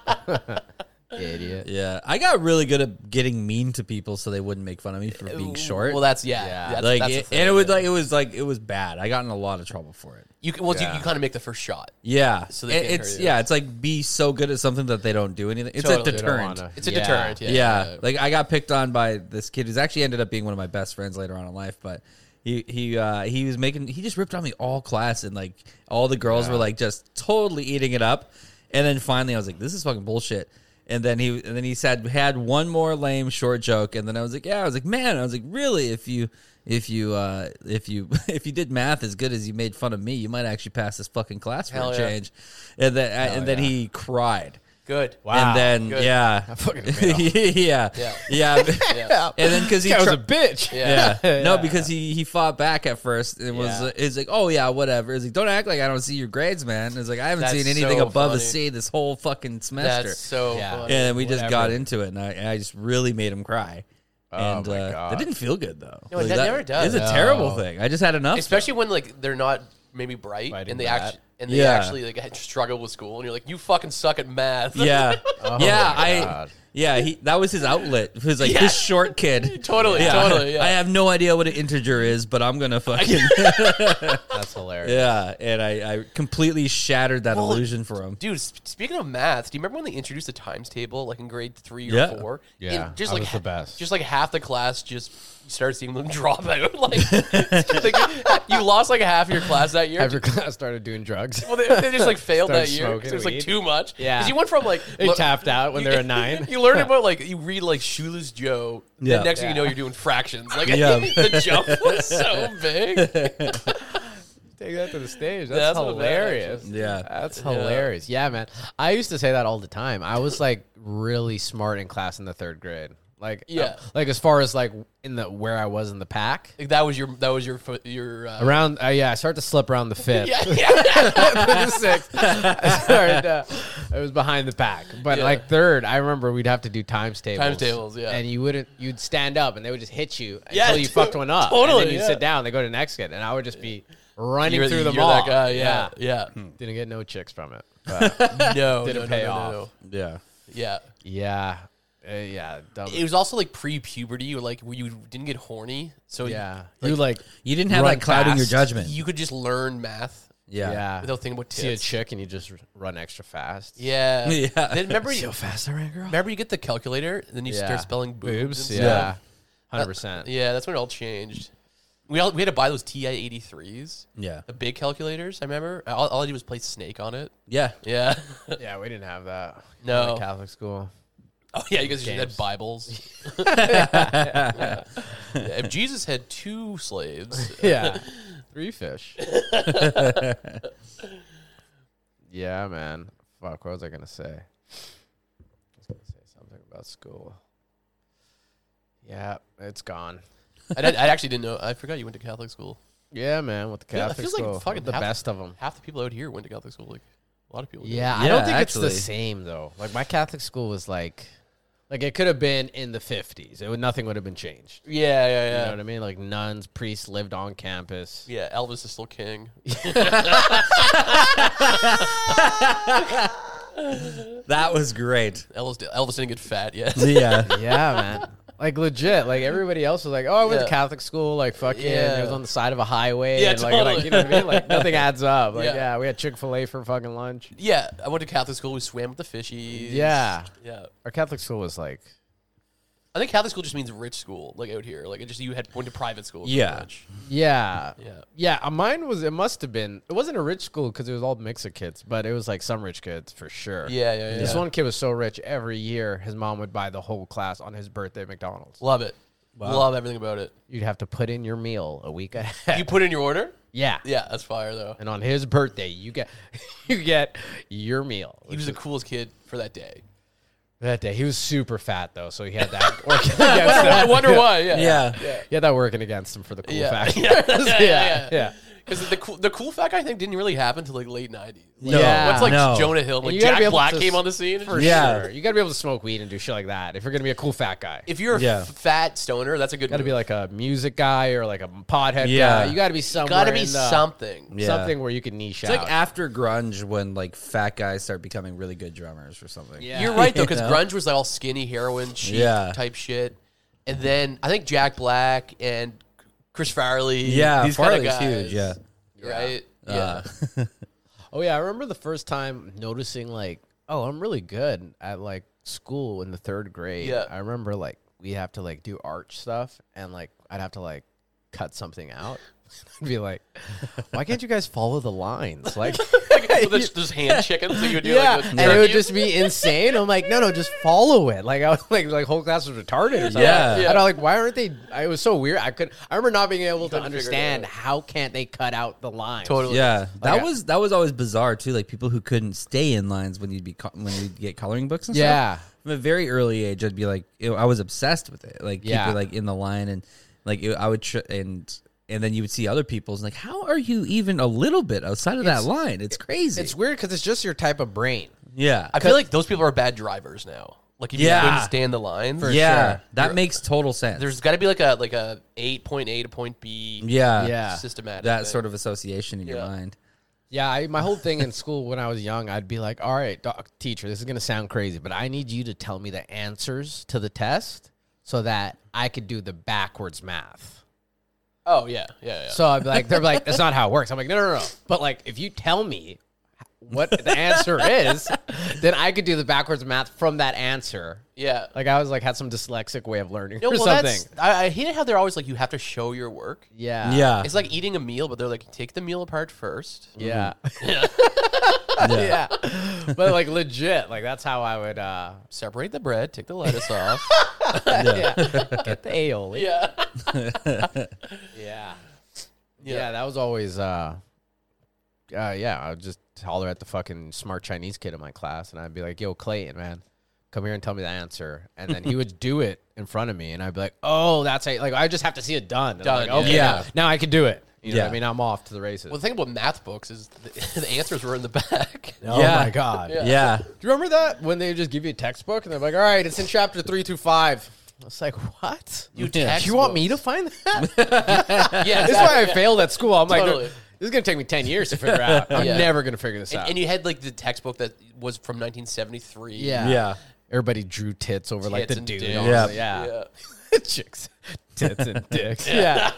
[SPEAKER 2] idiot.
[SPEAKER 1] yeah. I got really good at getting mean to people so they wouldn't make fun of me for being short.
[SPEAKER 3] Well, that's yeah.
[SPEAKER 2] Yeah.
[SPEAKER 3] that's-
[SPEAKER 1] like
[SPEAKER 3] that's a
[SPEAKER 1] it,
[SPEAKER 3] thing,
[SPEAKER 1] and it was
[SPEAKER 3] yeah.
[SPEAKER 1] like it was like it was bad. I got in a lot of trouble for it.
[SPEAKER 3] you can- well, you,
[SPEAKER 2] Yeah.
[SPEAKER 3] you kind of make the first shot.
[SPEAKER 1] Yeah,
[SPEAKER 3] So
[SPEAKER 1] so
[SPEAKER 3] they can't
[SPEAKER 1] it's
[SPEAKER 3] hurt you.
[SPEAKER 1] yeah, it's like be so good at something that they don't do anything. It's
[SPEAKER 3] Totally.
[SPEAKER 1] a
[SPEAKER 3] They
[SPEAKER 2] They don't
[SPEAKER 1] deterrent.
[SPEAKER 2] wanna-
[SPEAKER 3] It's a
[SPEAKER 2] Yeah.
[SPEAKER 3] deterrent. Yeah,
[SPEAKER 1] yeah, like I got picked on by this kid who's actually ended up being one of my best friends later on in life, but. He he uh, he was making he just ripped on me all class and like all the girls were like just totally eating it up, and then finally I was like this is fucking bullshit, and then he and then he said had one more lame short joke and then I was like yeah I was like man I was like really if you if you uh, if you if you did math as good as you made fun of me you might actually pass this fucking class for
[SPEAKER 3] Hell
[SPEAKER 1] a
[SPEAKER 3] yeah.
[SPEAKER 1] change, and then I, and then he cried.
[SPEAKER 3] good.
[SPEAKER 2] Wow.
[SPEAKER 1] And then
[SPEAKER 3] Good.
[SPEAKER 1] yeah, yeah, yeah, yeah, and then because he
[SPEAKER 2] That was
[SPEAKER 1] tri-
[SPEAKER 2] a bitch.
[SPEAKER 1] yeah. no, because he he fought back at first. It was
[SPEAKER 2] Yeah.
[SPEAKER 1] it's like oh yeah, whatever. It's like don't act like I don't see your grades, man. It's like I haven't
[SPEAKER 3] That's
[SPEAKER 1] seen anything
[SPEAKER 3] so
[SPEAKER 1] above a
[SPEAKER 3] funny.
[SPEAKER 1] C this whole fucking semester.
[SPEAKER 3] That's so
[SPEAKER 2] Yeah.
[SPEAKER 3] funny.
[SPEAKER 1] and we just got
[SPEAKER 2] whatever.
[SPEAKER 1] into it, and I, and I just really made him cry. and
[SPEAKER 2] my
[SPEAKER 1] uh,
[SPEAKER 2] God.
[SPEAKER 1] that didn't feel good though.
[SPEAKER 3] No, that never does.
[SPEAKER 1] It's a
[SPEAKER 3] No.
[SPEAKER 1] terrible thing. I just had enough.
[SPEAKER 3] Especially when like they're not maybe bright
[SPEAKER 2] Fighting
[SPEAKER 3] and they
[SPEAKER 2] that.
[SPEAKER 3] actually and they
[SPEAKER 1] Yeah.
[SPEAKER 3] actually like had- struggle with school and you're like you fucking suck at math.
[SPEAKER 1] yeah, yeah,
[SPEAKER 2] my
[SPEAKER 1] I.
[SPEAKER 2] God.
[SPEAKER 1] Yeah, he, that was his outlet. He was like
[SPEAKER 3] Yeah.
[SPEAKER 1] this short kid.
[SPEAKER 3] totally, totally. Yeah.
[SPEAKER 1] I have no idea what an integer is, but I'm gonna fucking
[SPEAKER 2] That's hilarious.
[SPEAKER 1] yeah. And I, I completely shattered that
[SPEAKER 3] Well,
[SPEAKER 1] illusion for him.
[SPEAKER 3] Dude, sp- speaking of math, do you remember when they introduced the times table, like in grade three or
[SPEAKER 1] Yeah.
[SPEAKER 3] four?
[SPEAKER 2] Yeah,
[SPEAKER 3] and just
[SPEAKER 2] that
[SPEAKER 3] like
[SPEAKER 2] was the
[SPEAKER 3] ha-
[SPEAKER 2] best.
[SPEAKER 3] Just like half the class just started seeing them drop out. Like, like, you lost like half your class that year.
[SPEAKER 2] After class started doing drugs.
[SPEAKER 3] well, they, they just like failed
[SPEAKER 2] Started
[SPEAKER 3] that year. 'cause
[SPEAKER 2] smoking
[SPEAKER 3] It was like
[SPEAKER 2] weed.
[SPEAKER 3] too much.
[SPEAKER 2] Yeah.
[SPEAKER 3] 'Cause you went from like
[SPEAKER 2] They
[SPEAKER 3] lo-
[SPEAKER 2] tapped out when
[SPEAKER 3] you-
[SPEAKER 2] they're a nine.
[SPEAKER 3] You learn about like you read like Shoeless Joe. Yeah.
[SPEAKER 1] Yeah.
[SPEAKER 3] The next thing you know,
[SPEAKER 2] Yeah.
[SPEAKER 3] you're doing fractions. Like
[SPEAKER 1] Yeah.
[SPEAKER 3] the jump was so big.
[SPEAKER 2] Take that to the stage.
[SPEAKER 3] That's
[SPEAKER 2] That's,
[SPEAKER 3] not bad, actually.
[SPEAKER 2] hilarious.
[SPEAKER 1] Yeah.
[SPEAKER 2] That's hilarious. Yeah, man. I used to say that all the time. I was like really smart in class in the third grade. Like uh,
[SPEAKER 3] Yeah.
[SPEAKER 2] like as far as like in the where I was in the pack.
[SPEAKER 3] Like that was your that was your fo- your. Uh,
[SPEAKER 2] Around uh, yeah, I start to slip around the fifth.
[SPEAKER 3] yeah, yeah.
[SPEAKER 2] the sixth. I started. Uh, I was behind the pack, but
[SPEAKER 3] Yeah.
[SPEAKER 2] like third, I remember we'd have to do times tables.
[SPEAKER 3] Times tables, yeah.
[SPEAKER 2] And you wouldn't. You'd stand up, and they would just hit you until
[SPEAKER 3] Yeah,
[SPEAKER 2] you
[SPEAKER 3] dude,
[SPEAKER 2] fucked one up.
[SPEAKER 3] totally,
[SPEAKER 2] And then you
[SPEAKER 3] yeah.
[SPEAKER 2] sit down. They go to the next kid, and I would just be running
[SPEAKER 3] You're-
[SPEAKER 2] through them
[SPEAKER 3] you're
[SPEAKER 2] all.
[SPEAKER 3] that guy, yeah, yeah.
[SPEAKER 2] Yeah. Didn't get no chicks from it. but
[SPEAKER 3] No,
[SPEAKER 2] Didn't
[SPEAKER 3] no, no,
[SPEAKER 2] pay
[SPEAKER 3] no, no,
[SPEAKER 2] off.
[SPEAKER 3] no.
[SPEAKER 1] Yeah.
[SPEAKER 3] Yeah,
[SPEAKER 2] yeah, uh, yeah. Dumb.
[SPEAKER 3] it was also like pre-puberty, or like where you didn't get horny, so
[SPEAKER 2] yeah,
[SPEAKER 3] you,
[SPEAKER 2] you
[SPEAKER 3] like,
[SPEAKER 2] like
[SPEAKER 1] You didn't have
[SPEAKER 2] Run
[SPEAKER 1] that clouding your
[SPEAKER 2] fast.
[SPEAKER 1] judgment.
[SPEAKER 3] you could just learn math
[SPEAKER 1] yeah.
[SPEAKER 2] yeah.
[SPEAKER 3] without thinking about
[SPEAKER 2] See a
[SPEAKER 3] tits.
[SPEAKER 2] chick and you just r- run extra fast.
[SPEAKER 3] yeah,
[SPEAKER 1] Yeah.
[SPEAKER 3] Then remember, you,
[SPEAKER 2] fast, I ran, girl.
[SPEAKER 3] remember you get the calculator, and then you
[SPEAKER 2] Yeah.
[SPEAKER 3] start spelling
[SPEAKER 2] Boobs.
[SPEAKER 3] boobs. and
[SPEAKER 2] Yeah,
[SPEAKER 1] Yeah.
[SPEAKER 2] hundred percent.
[SPEAKER 3] stuff. yeah, that's when it all changed. We all, we had to buy those TI eighty threes,
[SPEAKER 1] Yeah.
[SPEAKER 3] the big calculators. I remember all, all I did was play Snake on it.
[SPEAKER 1] Yeah.
[SPEAKER 3] Yeah,
[SPEAKER 2] Yeah, we didn't have that.
[SPEAKER 3] No.
[SPEAKER 2] Like Catholic school.
[SPEAKER 3] oh yeah, you guys just
[SPEAKER 2] Games.
[SPEAKER 3] had Bibles. yeah. If Jesus had two slaves,
[SPEAKER 2] Yeah. Three fish. yeah, man. Fuck, what was I gonna say? I was gonna say something about school. Yeah, it's gone.
[SPEAKER 3] I, did- I actually didn't know. I forgot you went to Catholic school.
[SPEAKER 2] Yeah, man, with the
[SPEAKER 3] Yeah, I
[SPEAKER 2] Catholic
[SPEAKER 3] feel like
[SPEAKER 2] school.
[SPEAKER 3] fucking
[SPEAKER 2] the
[SPEAKER 3] half-
[SPEAKER 2] best of them.
[SPEAKER 3] half the people out here went to Catholic school. Like a lot of people. did.
[SPEAKER 2] Yeah, I
[SPEAKER 1] Yeah,
[SPEAKER 2] don't think it's
[SPEAKER 1] actually.
[SPEAKER 2] the same though. Like my Catholic school was like like it could have been in the 50s. It would nothing would have been changed.
[SPEAKER 3] yeah, yeah,
[SPEAKER 2] You
[SPEAKER 3] yeah.
[SPEAKER 2] know what I mean? Like nuns, priests lived on campus.
[SPEAKER 3] yeah, Elvis is still king.
[SPEAKER 1] That was great.
[SPEAKER 3] Elvis, Elvis didn't get fat yet.
[SPEAKER 1] Yeah.
[SPEAKER 2] yeah, man. Like legit, like everybody else was like, "Oh, I went
[SPEAKER 3] Yeah.
[SPEAKER 2] to Catholic school." Like, fuck yeah,
[SPEAKER 3] Yeah.
[SPEAKER 2] it was on the side of a highway.
[SPEAKER 3] Yeah,
[SPEAKER 2] and like, like,
[SPEAKER 3] totally.
[SPEAKER 2] you know what I mean? Like, nothing adds up. Like,
[SPEAKER 3] Yeah.
[SPEAKER 2] yeah, we had Chick Fil A for fucking lunch.
[SPEAKER 3] yeah, I went to Catholic school. We swam with the fishies.
[SPEAKER 2] Yeah,
[SPEAKER 3] yeah.
[SPEAKER 2] our Catholic school was like,
[SPEAKER 3] I think Catholic school just means rich school, like out here. Like it just you had went to private school. pretty
[SPEAKER 1] Yeah.
[SPEAKER 3] much.
[SPEAKER 2] yeah,
[SPEAKER 3] Yeah.
[SPEAKER 2] yeah. uh, Mine was it must have been. It wasn't a rich school because it was all mix of kids, but it was like some rich kids for sure.
[SPEAKER 3] yeah, yeah, yeah.
[SPEAKER 2] This one kid was so rich. Every year, his mom would buy the whole class on his birthday McDonald's.
[SPEAKER 3] Love it. Love everything about it.
[SPEAKER 2] You'd have to put in your meal a week ahead.
[SPEAKER 3] You put in your order?
[SPEAKER 2] yeah.
[SPEAKER 3] Yeah, that's fire though.
[SPEAKER 2] And on his birthday, you get you get your meal.
[SPEAKER 3] He was the coolest kid for that day.
[SPEAKER 2] That day, he was super fat though, so he had that working against him.
[SPEAKER 3] I wonder why. Yeah.
[SPEAKER 6] Yeah.
[SPEAKER 2] He had that working against him for the cool
[SPEAKER 3] Yeah.
[SPEAKER 2] fact.
[SPEAKER 3] Yeah, yeah, yeah.
[SPEAKER 2] yeah.
[SPEAKER 3] Because the cool, the cool fact I think didn't really happen until like late '90s. Like,
[SPEAKER 2] No. Yeah,
[SPEAKER 3] what's like
[SPEAKER 1] no.
[SPEAKER 3] Jonah Hill? Like
[SPEAKER 2] you gotta be
[SPEAKER 3] Jack
[SPEAKER 2] able
[SPEAKER 3] Black
[SPEAKER 2] to
[SPEAKER 3] came
[SPEAKER 2] s-
[SPEAKER 3] on the scene. and
[SPEAKER 2] For
[SPEAKER 3] shit.
[SPEAKER 6] Yeah.
[SPEAKER 2] sure. You gotta be able to smoke weed and do shit like that if you're gonna be a cool fat guy. You
[SPEAKER 3] If you're a
[SPEAKER 6] Yeah.
[SPEAKER 3] f- fat stoner, that's a good.
[SPEAKER 2] gotta be
[SPEAKER 3] move.
[SPEAKER 2] like a music guy or like a pothead
[SPEAKER 1] Yeah.
[SPEAKER 2] guy. You gotta be somewhere.
[SPEAKER 3] gotta be
[SPEAKER 2] in the-
[SPEAKER 3] something.
[SPEAKER 1] Yeah.
[SPEAKER 2] something where you can niche
[SPEAKER 1] It's
[SPEAKER 2] out.
[SPEAKER 1] like after grunge when like fat guys start becoming really good drummers or something.
[SPEAKER 2] Yeah.
[SPEAKER 3] You're right though, because
[SPEAKER 6] Yeah.
[SPEAKER 3] grunge was like all skinny heroin chic
[SPEAKER 1] Yeah.
[SPEAKER 3] type shit, and then I think Jack Black and Chris Farley.
[SPEAKER 6] Yeah,
[SPEAKER 3] these kinda
[SPEAKER 6] Farley's huge, Uh.
[SPEAKER 3] guys, Right. Yeah.
[SPEAKER 2] Oh yeah, I remember the first time noticing like, oh, I'm really good at like school in the third grade.
[SPEAKER 3] Yeah.
[SPEAKER 2] I remember like we have to like do arch stuff and like I'd have to like cut something out. I'd be like, why can't you guys follow the lines? Like
[SPEAKER 3] like well, there's, there's hand chickens that you would do.
[SPEAKER 2] yeah,
[SPEAKER 3] Like, with
[SPEAKER 2] and it would
[SPEAKER 3] turkeys.
[SPEAKER 2] just be insane. I'm like, no, no, just follow it. Like I was like, like whole class was retarded. Or something.
[SPEAKER 1] Yeah.
[SPEAKER 2] and I'm like, why aren't they? I it was so weird. I could. I remember not being able to
[SPEAKER 3] couldn't figure it
[SPEAKER 2] understand
[SPEAKER 3] out.
[SPEAKER 2] how can't they cut out the lines.
[SPEAKER 3] Totally.
[SPEAKER 1] Yeah, that
[SPEAKER 2] Okay.
[SPEAKER 1] was that was always bizarre too. Like people who couldn't stay in lines when you'd be co- when you'd get coloring books and stuff.
[SPEAKER 2] Yeah.
[SPEAKER 1] from a very early age, I'd be like, you know, I was obsessed with it. Like,
[SPEAKER 2] Yeah.
[SPEAKER 1] people like in the line, and like it- I would tr- and and then you would see other people's and like, how are you even a little bit outside of that line? It's crazy.
[SPEAKER 2] It's weird because it's just your type of brain.
[SPEAKER 1] yeah,
[SPEAKER 3] I feel like those people are bad drivers now. Like if
[SPEAKER 1] Yeah.
[SPEAKER 3] you couldn't stand the lines,
[SPEAKER 1] yeah,
[SPEAKER 2] sure.
[SPEAKER 1] that makes total sense.
[SPEAKER 3] there's got to be like a like a eight point A to point B.
[SPEAKER 1] yeah,
[SPEAKER 2] Yeah.
[SPEAKER 3] systematic.
[SPEAKER 1] that
[SPEAKER 3] thing.
[SPEAKER 1] sort of association in your
[SPEAKER 3] Yeah.
[SPEAKER 1] mind.
[SPEAKER 2] Yeah, I, my whole thing in school when I was young, I'd be like, "All right, doc, teacher, this is gonna sound crazy, but I need you to tell me the answers to the test so that I could do the backwards math."
[SPEAKER 3] Oh yeah, yeah, yeah.
[SPEAKER 2] So I'd be like, "They're like, that's not how it works." I'm like, "No, no, no." But like, if you tell me what the answer is, then I could do the backwards math from that answer.
[SPEAKER 3] yeah.
[SPEAKER 2] Like I was like had some dyslexic way of learning
[SPEAKER 3] No,
[SPEAKER 2] or
[SPEAKER 3] well,
[SPEAKER 2] something.
[SPEAKER 3] that's, I, I hate how they're always like you have to show your work.
[SPEAKER 2] Yeah,
[SPEAKER 1] yeah,
[SPEAKER 3] It's like eating a meal, but they're like take the meal apart first.
[SPEAKER 2] yeah,
[SPEAKER 3] Mm-hmm.
[SPEAKER 2] yeah. But like legit, like that's how I would. uh
[SPEAKER 3] Separate the bread, take the lettuce off.
[SPEAKER 2] yeah. Get the aioli.
[SPEAKER 3] Yeah.
[SPEAKER 2] Yeah.
[SPEAKER 3] Yeah.
[SPEAKER 2] Yeah. that was always uh uh yeah, I would just holler at the fucking smart Chinese kid in my class and I'd be like, Yo, Clayton, man, come here and tell me the answer. And then he would do it in front of me and I'd be like, Oh, that's how, like I just have to see it done. And I'm like,
[SPEAKER 3] Done,
[SPEAKER 2] okay,
[SPEAKER 1] yeah.
[SPEAKER 2] now- Now, I can do it. You know what
[SPEAKER 1] Yeah.
[SPEAKER 2] I mean? I'm off to the races.
[SPEAKER 3] Well, the thing about math books is the, the answers were in the back.
[SPEAKER 2] oh
[SPEAKER 1] Yeah.
[SPEAKER 2] my god.
[SPEAKER 1] yeah.
[SPEAKER 2] Do you remember that? When they just give you a textbook and they're like, All right, it's in chapter three through five. I was like, What?
[SPEAKER 3] You
[SPEAKER 1] Yeah.
[SPEAKER 3] text
[SPEAKER 2] Do you want me to find that?
[SPEAKER 3] Yeah,
[SPEAKER 2] That's why I failed at school. I'm
[SPEAKER 3] Totally.
[SPEAKER 2] like, this is gonna take me ten years to figure out. I'm
[SPEAKER 3] Yeah.
[SPEAKER 2] never gonna figure this out.
[SPEAKER 3] And, and you had like the textbook that was from 1973.
[SPEAKER 2] yeah,
[SPEAKER 1] Yeah.
[SPEAKER 2] Everybody drew tits over like
[SPEAKER 3] Tits
[SPEAKER 2] the
[SPEAKER 3] and
[SPEAKER 2] dude.
[SPEAKER 3] dicks.
[SPEAKER 2] Yeah,
[SPEAKER 3] Yeah.
[SPEAKER 2] yeah. Chicks, tits and dicks. Yeah,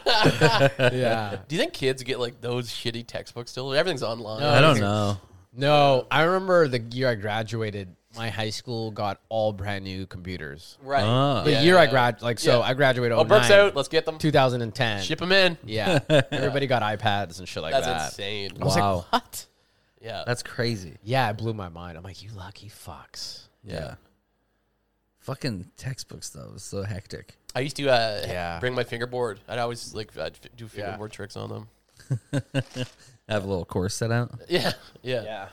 [SPEAKER 2] yeah.
[SPEAKER 3] Do you think kids get like those shitty textbooks still? Everything's online.
[SPEAKER 1] I don't know.
[SPEAKER 2] No, I remember the year I graduated. My high school got all brand new computers.
[SPEAKER 3] Right.
[SPEAKER 1] Ah.
[SPEAKER 2] The
[SPEAKER 3] Yeah,
[SPEAKER 2] year
[SPEAKER 3] yeah,
[SPEAKER 2] I
[SPEAKER 3] yeah.
[SPEAKER 2] grad, like, so
[SPEAKER 3] Yeah.
[SPEAKER 2] I graduated.
[SPEAKER 3] Oh, Brooks
[SPEAKER 2] 09,
[SPEAKER 3] out. Let's get them.
[SPEAKER 2] 2010.
[SPEAKER 3] Ship them in.
[SPEAKER 2] Yeah, everybody got iPads and shit like
[SPEAKER 3] That's
[SPEAKER 2] that.
[SPEAKER 3] insane.
[SPEAKER 2] I was like,
[SPEAKER 1] Wow.
[SPEAKER 2] what?
[SPEAKER 3] Yeah.
[SPEAKER 1] That's crazy.
[SPEAKER 2] Yeah, it blew my mind. I'm like, you lucky fucks.
[SPEAKER 1] Yeah. Fucking textbooks though, it's so hectic.
[SPEAKER 3] I used to uh,
[SPEAKER 2] Yeah.
[SPEAKER 3] bring my fingerboard. I'd always like I'd f- do fingerboard tricks on them.
[SPEAKER 1] I have a little course set out.
[SPEAKER 3] Yeah. Yeah.
[SPEAKER 2] Yeah.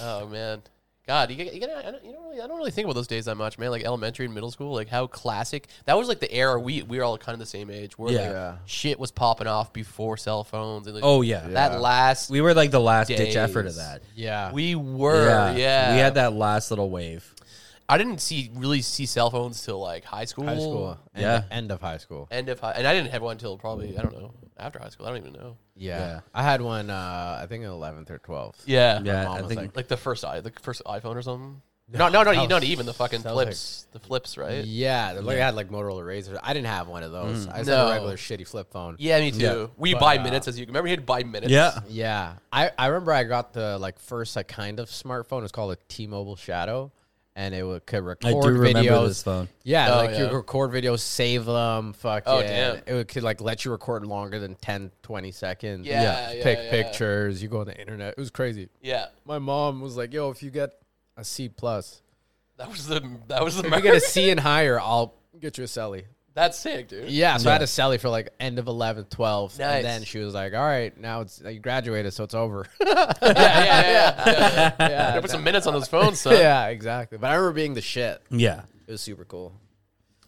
[SPEAKER 3] Oh man. God, you, get- you, get, I don't, you don't really, I don't really think about those days that much, man. Like elementary and middle school, like how classic that was. Like the era we we were all kind of the same age, where like
[SPEAKER 1] Yeah.
[SPEAKER 2] Yeah.
[SPEAKER 3] shit was popping off before cell phones. And like,
[SPEAKER 1] Oh yeah.
[SPEAKER 3] that last
[SPEAKER 1] we were like the last
[SPEAKER 3] Days.
[SPEAKER 1] ditch effort of that.
[SPEAKER 2] Yeah.
[SPEAKER 3] we were, yeah,
[SPEAKER 1] We had that last little wave.
[SPEAKER 3] I didn't see really see cell phones till like high school,
[SPEAKER 2] high school. End,
[SPEAKER 1] Yeah.
[SPEAKER 2] End of high school.
[SPEAKER 3] end of high, and I didn't have one till probably I don't know after high school. I don't even know.
[SPEAKER 2] Yeah. I had one, uh, I think, in 11th or 12th.
[SPEAKER 3] Yeah,
[SPEAKER 1] Yeah,
[SPEAKER 2] mom
[SPEAKER 1] I
[SPEAKER 2] was
[SPEAKER 1] think
[SPEAKER 2] like-
[SPEAKER 3] like the first i the first iPhone or something. No, no, no,
[SPEAKER 2] that
[SPEAKER 3] no
[SPEAKER 2] was-
[SPEAKER 3] not even the fucking
[SPEAKER 2] that was
[SPEAKER 3] flips, the flips, right?
[SPEAKER 2] Yeah. They like, had like Motorola Razor. I didn't have one of those. I just had
[SPEAKER 3] No.
[SPEAKER 2] a regular shitty flip phone.
[SPEAKER 3] Yeah, me too. We buy minutes as you remember. You had to buy minutes.
[SPEAKER 2] Yeah. I, I remember I got the like first like kind of smartphone. It's called a T Mobile Shadow. And it would, could
[SPEAKER 1] I
[SPEAKER 2] record
[SPEAKER 1] do remember
[SPEAKER 2] videos.
[SPEAKER 1] this phone.
[SPEAKER 2] Yeah,
[SPEAKER 3] Oh,
[SPEAKER 2] like
[SPEAKER 3] yeah.
[SPEAKER 2] you record videos, save them, fuck
[SPEAKER 3] Oh,
[SPEAKER 2] yeah.
[SPEAKER 3] damn.
[SPEAKER 2] It would, could like let you record longer than 10, 20 seconds.
[SPEAKER 3] Yeah, yeah,
[SPEAKER 2] Pick
[SPEAKER 3] yeah.
[SPEAKER 2] pictures, you go on the internet. It was crazy.
[SPEAKER 3] Yeah,
[SPEAKER 2] My mom was like, "Yo, if you get a C plus,
[SPEAKER 3] that was the that was the
[SPEAKER 2] if you get a C and higher, I'll get you a celly."
[SPEAKER 3] That's sick, dude.
[SPEAKER 2] Yeah, so I had a Sally for like end of 11th, 12th.
[SPEAKER 3] Nice.
[SPEAKER 2] And then she was like, all right, now it's you graduated, so it's over.
[SPEAKER 3] yeah, yeah, yeah. yeah, yeah.
[SPEAKER 2] yeah,
[SPEAKER 3] Gotta put some minutes on those phones, son.
[SPEAKER 2] yeah, exactly. But I remember being the shit.
[SPEAKER 1] Yeah.
[SPEAKER 2] It was super cool.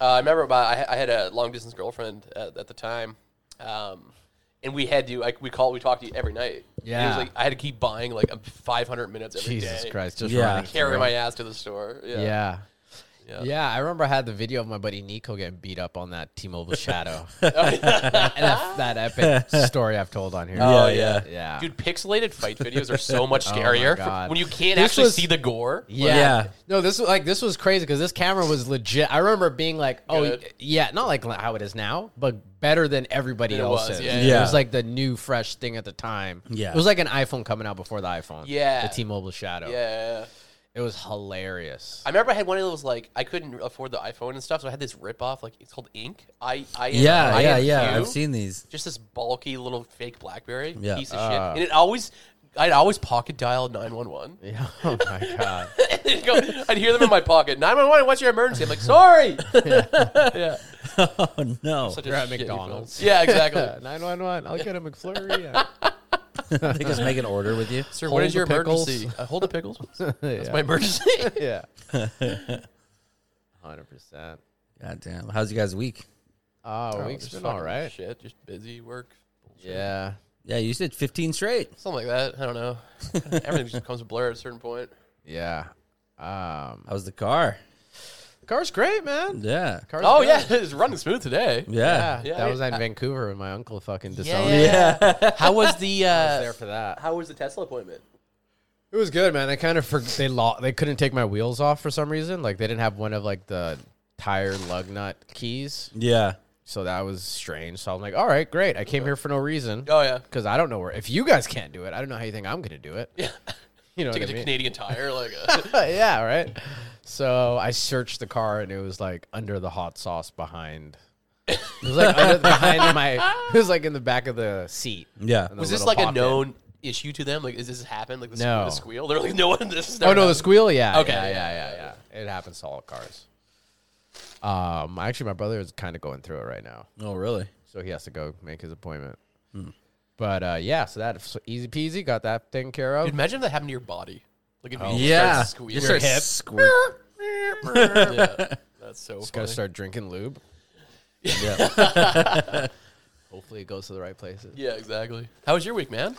[SPEAKER 3] Uh, I remember my, I, I had a long distance girlfriend at, at the time, um, and we had to like we called we talked to you every night.
[SPEAKER 2] Yeah.
[SPEAKER 3] it was like I had to keep buying like um, 500 minutes every day.
[SPEAKER 2] Jesus Christ. Just
[SPEAKER 1] Yeah.
[SPEAKER 2] running
[SPEAKER 3] carry
[SPEAKER 2] through.
[SPEAKER 3] my ass to the store. Yeah,
[SPEAKER 2] Yeah.
[SPEAKER 3] Yeah.
[SPEAKER 2] Yeah. I remember I had the video of my buddy Nico getting beat up on that T-Mobile Shadow,
[SPEAKER 3] Oh, yeah.
[SPEAKER 2] and that, that epic story I've told on here.
[SPEAKER 3] Oh, yeah.
[SPEAKER 2] yeah,
[SPEAKER 3] dude, pixelated fight videos are so much
[SPEAKER 2] Oh my
[SPEAKER 3] scarier
[SPEAKER 2] God.
[SPEAKER 3] when you can't
[SPEAKER 2] This
[SPEAKER 3] actually
[SPEAKER 2] was-
[SPEAKER 3] see the gore.
[SPEAKER 2] Yeah.
[SPEAKER 1] Yeah.
[SPEAKER 2] No, this was like this was crazy because this camera was legit. I remember being like, oh
[SPEAKER 3] Good.
[SPEAKER 2] y- yeah, not like how it is now, but better than everybody
[SPEAKER 3] It was,
[SPEAKER 2] else's.
[SPEAKER 3] yeah.
[SPEAKER 2] It
[SPEAKER 1] Yeah.
[SPEAKER 2] was like the new fresh thing at the time.
[SPEAKER 1] Yeah.
[SPEAKER 2] It was like an iPhone coming out before the iPhone.
[SPEAKER 3] Yeah.
[SPEAKER 2] The T-Mobile Shadow.
[SPEAKER 3] Yeah.
[SPEAKER 2] It was hilarious.
[SPEAKER 3] I remember I had one of those like I couldn't afford the iPhone and stuff, so I had this rip off like it's called Ink. I I
[SPEAKER 1] Yeah, yeah,
[SPEAKER 3] INQ.
[SPEAKER 1] yeah. I've seen these.
[SPEAKER 3] just this bulky little fake BlackBerry
[SPEAKER 1] Yeah.
[SPEAKER 3] piece of
[SPEAKER 2] ah.
[SPEAKER 3] shit, and it always. I'd always pocket dial 911.
[SPEAKER 2] yeah. Oh my god.
[SPEAKER 3] And they'd go, I'd hear them in my pocket. 911, what's your emergency? I'm like, sorry. yeah.
[SPEAKER 1] Oh no.
[SPEAKER 3] Such a
[SPEAKER 2] You're at
[SPEAKER 3] shitty
[SPEAKER 2] McDonald's.
[SPEAKER 3] phone. Yeah, exactly.
[SPEAKER 2] Nine one one. I'll get a McFlurry. Yeah.
[SPEAKER 1] they just make an order with you.
[SPEAKER 3] Sir,
[SPEAKER 2] Hold
[SPEAKER 3] what is
[SPEAKER 2] the
[SPEAKER 3] your
[SPEAKER 2] pickles.
[SPEAKER 3] emergency? I hold the pickles. That's
[SPEAKER 2] yeah.
[SPEAKER 3] my emergency.
[SPEAKER 2] yeah. Hundred percent.
[SPEAKER 1] God damn. How's you guys week?
[SPEAKER 2] Oh, week's
[SPEAKER 3] Just
[SPEAKER 2] been
[SPEAKER 3] fucking
[SPEAKER 2] all right.
[SPEAKER 3] Shit, just busy work.
[SPEAKER 2] Yeah.
[SPEAKER 1] Yeah, you said 15 straight.
[SPEAKER 3] Something like that. I don't know. Everything just becomes a blur at a certain point.
[SPEAKER 2] Yeah. Um,
[SPEAKER 1] How's the car?
[SPEAKER 2] car's great, man.
[SPEAKER 1] Yeah.
[SPEAKER 2] Car's
[SPEAKER 3] Oh,
[SPEAKER 2] good.
[SPEAKER 3] yeah. It's running smooth today.
[SPEAKER 1] Yeah.
[SPEAKER 2] Yeah,
[SPEAKER 3] Yeah,
[SPEAKER 2] that
[SPEAKER 3] I-
[SPEAKER 2] was in Vancouver when my uncle fucking disowned
[SPEAKER 3] Yeah.
[SPEAKER 2] me.
[SPEAKER 3] How was the
[SPEAKER 2] I
[SPEAKER 3] uh,
[SPEAKER 2] was there for that.
[SPEAKER 3] How was the Tesla appointment?
[SPEAKER 2] It was good, man. They kind of for- they lo- they couldn't take my wheels off for some reason. Like they didn't have one of like the tire lug nut keys,
[SPEAKER 1] Yeah.
[SPEAKER 2] so that was strange. So I'm like, all right, great. I came here for no reason
[SPEAKER 3] Oh yeah,
[SPEAKER 2] because I don't know where. If you guys can't do it, I don't know how you think I'm gonna do it.
[SPEAKER 3] yeah.
[SPEAKER 2] You know what
[SPEAKER 3] Took it
[SPEAKER 2] I
[SPEAKER 3] to
[SPEAKER 2] mean?
[SPEAKER 3] Canadian Tire, like uh,
[SPEAKER 2] yeah, right. So I searched the car and it was like under the hot sauce behind. It was like under, behind my. It was like in the back of the seat.
[SPEAKER 1] Yeah.
[SPEAKER 2] And the
[SPEAKER 3] was this
[SPEAKER 2] little
[SPEAKER 3] like a
[SPEAKER 2] pop-in.
[SPEAKER 3] known issue to them? Like, is this happened? Like the, sque-
[SPEAKER 2] No.
[SPEAKER 3] the squeal? They're like, no one. This is
[SPEAKER 2] Oh no, the
[SPEAKER 3] happened.
[SPEAKER 2] squeal. Yeah.
[SPEAKER 3] Okay,
[SPEAKER 2] Yeah,
[SPEAKER 3] yeah,
[SPEAKER 2] yeah, yeah, yeah. It happens to all cars. Um, actually, my brother is kind of going through it right now,
[SPEAKER 1] Oh, really?
[SPEAKER 2] so he has to go make his appointment.
[SPEAKER 3] Hmm.
[SPEAKER 2] But uh, yeah, so that so easy peasy got that taken care of.
[SPEAKER 3] Dude, imagine if that happened to your body. Like, if you just
[SPEAKER 1] Oh. Yeah.
[SPEAKER 3] started squealing.
[SPEAKER 1] Just start squirt.
[SPEAKER 3] yeah. That's so
[SPEAKER 2] Just gotta
[SPEAKER 3] funny.
[SPEAKER 2] start drinking lube.
[SPEAKER 1] Yeah.
[SPEAKER 2] Hopefully, it goes to the right places.
[SPEAKER 3] Yeah, exactly. How was your week, man?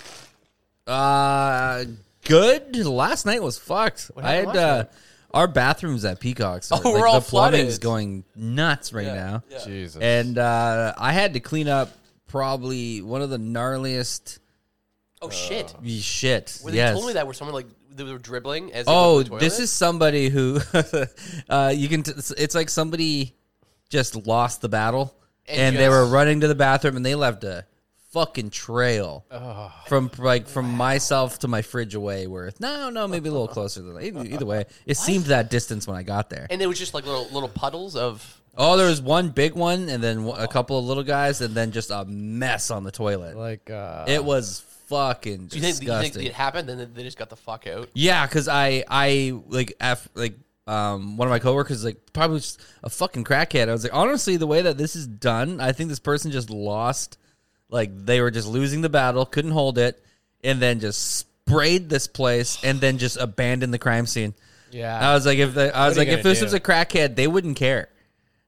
[SPEAKER 1] Uh, good. Last night was fucked. I
[SPEAKER 3] happened
[SPEAKER 1] had uh,
[SPEAKER 3] last
[SPEAKER 1] our bathrooms at Peacock's. are-
[SPEAKER 3] Oh, we're all
[SPEAKER 1] the plumbing's
[SPEAKER 3] flooded.
[SPEAKER 1] going nuts right
[SPEAKER 3] Yeah,
[SPEAKER 1] now.
[SPEAKER 3] yeah.
[SPEAKER 2] Jesus.
[SPEAKER 1] And uh, I had to clean up probably one of the gnarliest
[SPEAKER 3] Oh shit.
[SPEAKER 1] shit.
[SPEAKER 3] Well, they
[SPEAKER 1] yes.
[SPEAKER 3] told me that where someone like they were dribbling as. They
[SPEAKER 1] Oh,
[SPEAKER 3] went to the
[SPEAKER 1] this
[SPEAKER 3] toilet.
[SPEAKER 1] is somebody who uh, you can. T- it's- it's like somebody just lost the battle,
[SPEAKER 3] And
[SPEAKER 1] and, they were
[SPEAKER 3] just-
[SPEAKER 1] running to the bathroom, and they left a fucking trail from like from myself to my fridge away. Worth no, no, maybe a little closer than that. Either, either way, it seemed that distance when I got there.
[SPEAKER 3] And it was just like little little puddles of.
[SPEAKER 1] Oh, there was one big one, and then one- a couple of little guys, and then just a mess on the toilet.
[SPEAKER 2] like, uh,
[SPEAKER 1] It was fucking
[SPEAKER 3] Do you think,
[SPEAKER 1] disgusting.
[SPEAKER 3] do you think it happened? Then they just got the fuck out.
[SPEAKER 1] Yeah, because I I like af, like um one of my coworkers is, like probably just a fucking crackhead. I was like, honestly, the way that this is done, I think this person just lost. Like they were just losing the battle, couldn't hold it, and then just sprayed this place, and then just abandoned the crime scene.
[SPEAKER 2] yeah.
[SPEAKER 1] I was like, if the, I was
[SPEAKER 2] are
[SPEAKER 1] like,
[SPEAKER 2] you
[SPEAKER 1] if
[SPEAKER 2] gonna
[SPEAKER 1] this
[SPEAKER 2] do?
[SPEAKER 1] was a crackhead, they wouldn't care.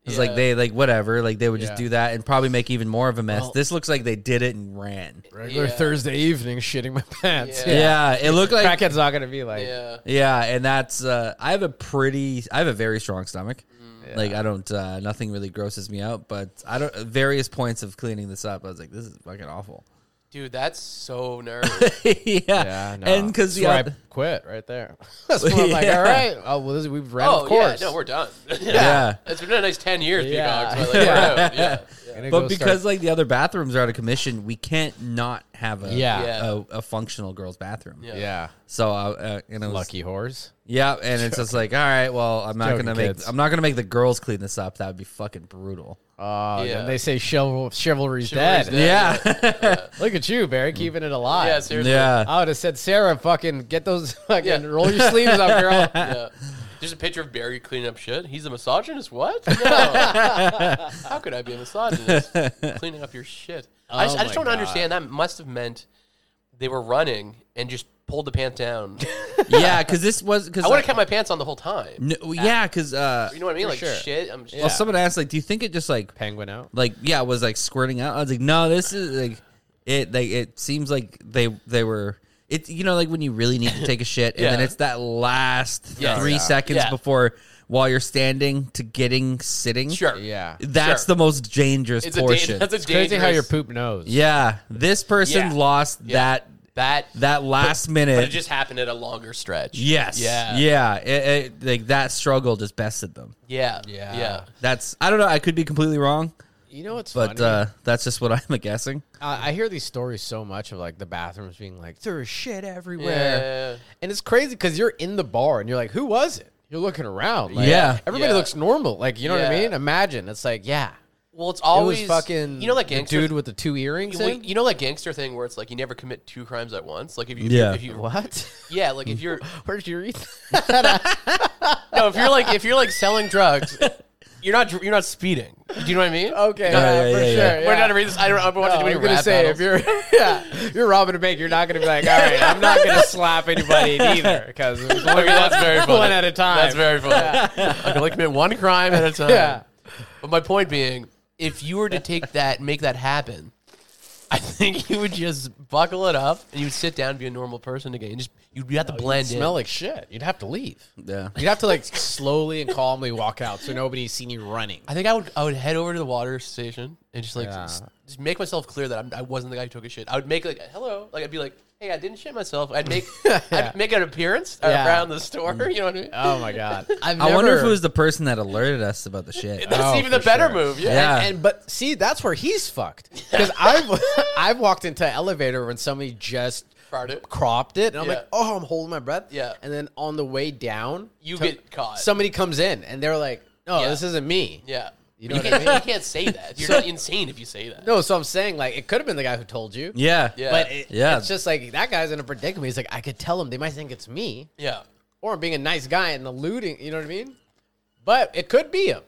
[SPEAKER 1] It's like
[SPEAKER 3] Yeah.
[SPEAKER 1] they like whatever, like they would just
[SPEAKER 2] Yeah.
[SPEAKER 1] do that and probably make even more of a mess. this looks like they did it and ran.
[SPEAKER 2] regular
[SPEAKER 3] Yeah.
[SPEAKER 2] Thursday evening, shitting my pants.
[SPEAKER 3] Yeah.
[SPEAKER 1] Yeah, it looked like
[SPEAKER 2] Crackhead's not gonna be like.
[SPEAKER 3] Yeah.
[SPEAKER 1] Yeah, and that's uh, I have a pretty, I have a very strong stomach.
[SPEAKER 2] Mm.
[SPEAKER 1] Like I don't, uh, nothing really grosses me out. But I don't. Various points of cleaning this up, I was like, this is fucking awful.
[SPEAKER 3] Dude, that's so nervous.
[SPEAKER 1] yeah,
[SPEAKER 2] Yeah, no.
[SPEAKER 1] and because
[SPEAKER 2] That's
[SPEAKER 1] yeah,
[SPEAKER 2] where I quit right there. That's when I'm like,
[SPEAKER 1] Yeah.
[SPEAKER 2] all right, oh well, this, we've ran,
[SPEAKER 3] oh
[SPEAKER 2] of course.
[SPEAKER 3] yeah, no, we're done.
[SPEAKER 1] Yeah.
[SPEAKER 3] it's been a nice ten years,
[SPEAKER 2] Yeah.
[SPEAKER 3] Peacocks. but, like, we're out. yeah.
[SPEAKER 2] Gonna
[SPEAKER 1] but
[SPEAKER 2] go
[SPEAKER 1] because
[SPEAKER 2] start-
[SPEAKER 1] like the other bathrooms are out of commission, we can't not have a
[SPEAKER 2] Yeah.
[SPEAKER 3] Yeah.
[SPEAKER 1] a, a functional girls' bathroom.
[SPEAKER 3] Yeah.
[SPEAKER 2] yeah,
[SPEAKER 1] So I uh, and it was,
[SPEAKER 2] lucky whores.
[SPEAKER 1] Yeah, and it's just like, all right, well, I'm not
[SPEAKER 2] Joking,
[SPEAKER 1] gonna make,
[SPEAKER 2] kids.
[SPEAKER 1] I'm not gonna make the girls clean this up. That would be fucking brutal.
[SPEAKER 2] Oh,
[SPEAKER 3] Yeah.
[SPEAKER 2] and they say chival- chivalry's,
[SPEAKER 3] Chivalry's
[SPEAKER 2] dead.
[SPEAKER 3] dead. Yeah.
[SPEAKER 1] yeah.
[SPEAKER 2] Look at you, Barry, keeping it alive.
[SPEAKER 3] Yeah, seriously.
[SPEAKER 1] yeah.
[SPEAKER 2] I would have said, Sarah, fucking get those, fucking
[SPEAKER 3] Yeah.
[SPEAKER 2] roll your sleeves up, girl.
[SPEAKER 3] Yeah. There's a picture of Barry cleaning up shit. He's a misogynist. What? No. How could I be a misogynist? cleaning up your shit. I just, I
[SPEAKER 2] Oh
[SPEAKER 3] just
[SPEAKER 2] my
[SPEAKER 3] don't understand. That must have meant they were running and just pulled the pants down.
[SPEAKER 1] yeah, because this was because
[SPEAKER 3] I would have kept my pants on the whole time.
[SPEAKER 1] no, yeah, because uh,
[SPEAKER 3] You know what I mean?
[SPEAKER 2] For
[SPEAKER 3] Like
[SPEAKER 2] sure.
[SPEAKER 3] shit. I'm just,
[SPEAKER 1] well, someone asked like, do you think it just like
[SPEAKER 2] Penguin out.
[SPEAKER 1] like yeah was like squirting out? I was like, no, this is like it. Like it seems like they they were. It's you know like when you really need to take a shit, and then
[SPEAKER 3] Yeah.
[SPEAKER 1] it's that last
[SPEAKER 3] Yeah.
[SPEAKER 1] three
[SPEAKER 3] Yeah.
[SPEAKER 1] seconds
[SPEAKER 3] Yeah.
[SPEAKER 1] before while you're standing to getting sitting.
[SPEAKER 3] Sure.
[SPEAKER 2] Yeah.
[SPEAKER 1] that's
[SPEAKER 3] Sure.
[SPEAKER 1] the most dangerous
[SPEAKER 3] It's a
[SPEAKER 1] portion.
[SPEAKER 3] dan- that's a
[SPEAKER 2] It's crazy how your
[SPEAKER 3] dangerous-
[SPEAKER 2] poop knows.
[SPEAKER 1] yeah, this person
[SPEAKER 3] Yeah.
[SPEAKER 1] lost
[SPEAKER 3] Yeah.
[SPEAKER 1] that
[SPEAKER 3] that
[SPEAKER 1] that last minute.
[SPEAKER 3] but it just happened at a longer stretch.
[SPEAKER 1] yes,
[SPEAKER 3] Yeah.
[SPEAKER 1] yeah, it- it- like that struggle just bested them.
[SPEAKER 3] Yeah.
[SPEAKER 2] Yeah.
[SPEAKER 3] Yeah.
[SPEAKER 1] That's I don't know. I could be completely wrong,
[SPEAKER 2] You know what's
[SPEAKER 1] but
[SPEAKER 2] funny?
[SPEAKER 1] uh, that's just what I'm guessing.
[SPEAKER 2] I I hear these stories so much of like the bathrooms being like there's shit everywhere,
[SPEAKER 3] Yeah.
[SPEAKER 2] and it's crazy because you're in the bar and you're like, who was it? You're looking around, like,
[SPEAKER 1] Yeah.
[SPEAKER 2] Everybody
[SPEAKER 3] Yeah.
[SPEAKER 2] looks normal, like you know what I
[SPEAKER 3] Yeah.
[SPEAKER 2] mean. Imagine it's like, yeah,
[SPEAKER 3] Well, it's
[SPEAKER 2] it
[SPEAKER 3] always
[SPEAKER 2] was fucking.
[SPEAKER 3] You know, like
[SPEAKER 2] the
[SPEAKER 3] gangster
[SPEAKER 2] dude with the two earrings.
[SPEAKER 3] Well,
[SPEAKER 2] in?
[SPEAKER 3] you know that gangster thing where it's like you never commit two crimes at once. Like if you,
[SPEAKER 1] Yeah.
[SPEAKER 3] if you,
[SPEAKER 2] what?
[SPEAKER 3] yeah, like if you're,
[SPEAKER 2] Where's your Ethan?
[SPEAKER 3] no, if you're like, if you're like selling drugs, you're not, dr- you're not speeding. Do you know what I mean?
[SPEAKER 2] Okay,
[SPEAKER 1] Oh, Yeah, yeah, yeah, yeah.
[SPEAKER 3] We're not gonna read this. I don't. I've been watching too
[SPEAKER 2] No, I'm
[SPEAKER 3] many
[SPEAKER 2] Oh, gonna
[SPEAKER 3] rap
[SPEAKER 2] say
[SPEAKER 3] battles.
[SPEAKER 2] if you're yeah, you're robbing a bank, you're not gonna be like, all right, I'm not gonna slap anybody either because
[SPEAKER 3] okay, that's very funny.
[SPEAKER 2] one at a time.
[SPEAKER 3] That's very funny. I can only commit one crime at a time.
[SPEAKER 2] Yeah.
[SPEAKER 3] But my point being, if you were to take that, make that happen, I think you would just buckle it up and you would sit down and be a normal person again. You just you'd have to blend in.
[SPEAKER 2] Oh, smell like shit. You'd have to leave.
[SPEAKER 1] Yeah.
[SPEAKER 2] You'd have to like slowly and calmly walk out so nobody's seen you running.
[SPEAKER 3] I think I would I would head over to the water station and just like
[SPEAKER 2] Yeah.
[SPEAKER 3] s- just make myself clear that I'm, I wasn't the guy who took a shit. I would make like hello, like I'd be like, hey, I didn't shit myself. I'd make I'd make an appearance
[SPEAKER 2] Yeah.
[SPEAKER 3] around the store. You know what I mean?
[SPEAKER 2] Oh my god! I've
[SPEAKER 1] I wonder if it
[SPEAKER 2] never-
[SPEAKER 1] was the person that alerted us about the shit.
[SPEAKER 3] That's
[SPEAKER 2] Oh,
[SPEAKER 3] even the
[SPEAKER 2] for
[SPEAKER 3] better
[SPEAKER 2] sure.
[SPEAKER 3] move. Yeah.
[SPEAKER 1] Yeah.
[SPEAKER 2] And, and- but see, that's where he's fucked because I've I've walked into an elevator when somebody just
[SPEAKER 3] Farted it.
[SPEAKER 2] cropped it, and I'm
[SPEAKER 3] Yeah.
[SPEAKER 2] like, oh, I'm holding my breath.
[SPEAKER 3] Yeah.
[SPEAKER 2] And then on the way down,
[SPEAKER 3] You
[SPEAKER 2] to-
[SPEAKER 3] get caught.
[SPEAKER 2] Somebody comes in, and they're like, no,
[SPEAKER 3] Yeah.
[SPEAKER 2] this isn't me.
[SPEAKER 3] Yeah.
[SPEAKER 2] You know what I
[SPEAKER 3] can't,
[SPEAKER 2] mean?
[SPEAKER 3] you can't say that. You're not insane if you say that.
[SPEAKER 2] No, so I'm saying like it could have been the guy who told you.
[SPEAKER 1] Yeah.
[SPEAKER 3] Yeah.
[SPEAKER 2] But it,
[SPEAKER 1] Yeah.
[SPEAKER 2] it's just like that guy's in a predicament. He's like, I could tell him they might think it's me,
[SPEAKER 3] Yeah.
[SPEAKER 2] or I'm being a nice guy and eluding. You know what I mean? But it could be him,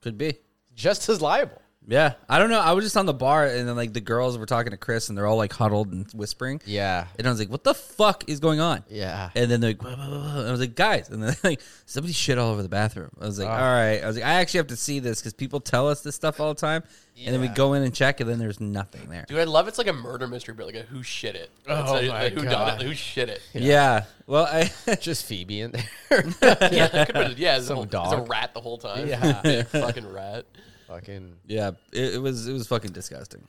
[SPEAKER 1] Could be.
[SPEAKER 2] just as liable.
[SPEAKER 1] Yeah. I don't know. I was just on the bar and then like the girls were talking to Chris and they're all like huddled and whispering.
[SPEAKER 2] Yeah,
[SPEAKER 1] And I was like, what the fuck is going on?
[SPEAKER 2] yeah.
[SPEAKER 1] And then they're like, "Whoa, whoa, whoa, whoa." And I was like, guys. And then like, somebody shit all over the bathroom. I was like, all right. I was like, I actually have to see this because people tell us this stuff all the time. And then we go in and check and then there's nothing there.
[SPEAKER 3] Dude, I love it's like a murder mystery, but like a who shit it. It's
[SPEAKER 2] Oh
[SPEAKER 3] like,
[SPEAKER 2] my
[SPEAKER 3] like, who
[SPEAKER 2] God.
[SPEAKER 3] done it? Who shit it?
[SPEAKER 1] Yeah. Well, I.
[SPEAKER 2] Just Phoebe in there.
[SPEAKER 3] Yeah, it could have been- yeah. It's, a
[SPEAKER 2] Some
[SPEAKER 3] whole- it's a
[SPEAKER 2] dog.
[SPEAKER 3] rat the whole time.
[SPEAKER 2] Yeah.
[SPEAKER 3] Big fucking rat.
[SPEAKER 2] Fucking
[SPEAKER 1] yeah. It, it was, it was fucking disgusting.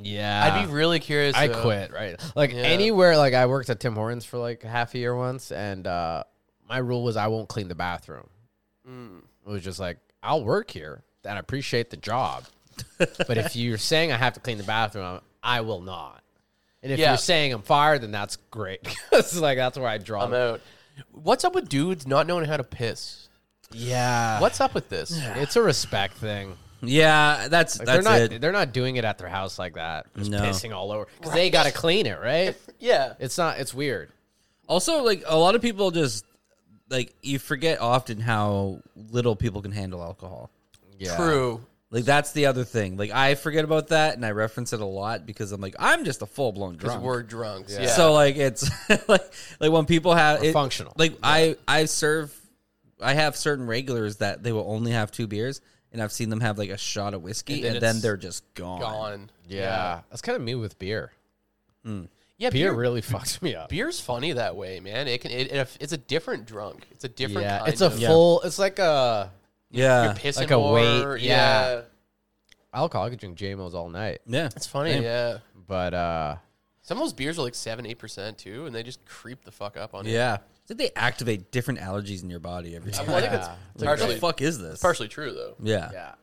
[SPEAKER 2] yeah.
[SPEAKER 3] I'd be really curious.
[SPEAKER 2] I
[SPEAKER 3] though.
[SPEAKER 2] quit, right? Like
[SPEAKER 3] Yeah.
[SPEAKER 2] anywhere, like I worked at Tim Hortons for like half a year once, and uh, my rule was I won't clean the bathroom. It was just like I'll work here and I appreciate the job, but if you're saying I have to clean the bathroom, I'm- I will not. And if
[SPEAKER 3] Yeah.
[SPEAKER 2] you're saying I'm fired, then that's great. it's like that's where I draw.
[SPEAKER 3] I'm
[SPEAKER 2] the-
[SPEAKER 3] out. What's up with dudes not knowing how to piss?
[SPEAKER 2] Yeah,
[SPEAKER 3] What's up with this?
[SPEAKER 2] It's a respect thing.
[SPEAKER 1] Yeah. That's,
[SPEAKER 2] Like,
[SPEAKER 1] that's
[SPEAKER 2] they're not
[SPEAKER 1] it.
[SPEAKER 2] they're not doing it at their house like that. Just
[SPEAKER 1] No.
[SPEAKER 2] pissing all over because they got to clean it, right?
[SPEAKER 3] Yeah.
[SPEAKER 2] It's not. It's weird.
[SPEAKER 1] Also, like a lot of people just like you forget often how little people can handle alcohol.
[SPEAKER 2] Yeah.
[SPEAKER 3] True.
[SPEAKER 1] Like that's the other thing. Like I forget about that and I reference it a lot because I'm like I'm just a full blown
[SPEAKER 3] Because
[SPEAKER 1] drunk.
[SPEAKER 3] we're drunks. Yeah.
[SPEAKER 1] So like it's like like when people have
[SPEAKER 2] We're functional.
[SPEAKER 1] Like I I serve I have certain regulars that they will only have two beers and I've seen them have like a shot of whiskey and
[SPEAKER 3] then
[SPEAKER 1] then,
[SPEAKER 3] it's
[SPEAKER 1] they're just gone.
[SPEAKER 3] gone.
[SPEAKER 2] Yeah. That's kind of me with beer.
[SPEAKER 3] Yeah.
[SPEAKER 2] Beer,
[SPEAKER 3] Beer.
[SPEAKER 2] really fucks me up.
[SPEAKER 3] Beer's funny that way, man. It can. It, it, it's a different drunk. It's a different.
[SPEAKER 2] yeah,
[SPEAKER 3] kind
[SPEAKER 2] it's a
[SPEAKER 3] of-
[SPEAKER 2] full. It's like uh, a
[SPEAKER 1] Yeah.
[SPEAKER 3] You're pissing
[SPEAKER 2] Like a
[SPEAKER 3] more,
[SPEAKER 2] weight,
[SPEAKER 3] Yeah.
[SPEAKER 2] yeah. alcohol. I could drink JMOs all night,
[SPEAKER 1] yeah.
[SPEAKER 3] It's funny. Yeah.
[SPEAKER 2] but uh,
[SPEAKER 3] Some of those beers are like seven, eight percent too, and they just creep the fuck up on you.
[SPEAKER 1] Yeah. Did they activate different allergies in your body every time?
[SPEAKER 3] Well, I think it's
[SPEAKER 1] Like, what
[SPEAKER 3] partially,
[SPEAKER 1] the fuck is this?
[SPEAKER 3] partially true though.
[SPEAKER 1] Yeah.
[SPEAKER 2] yeah,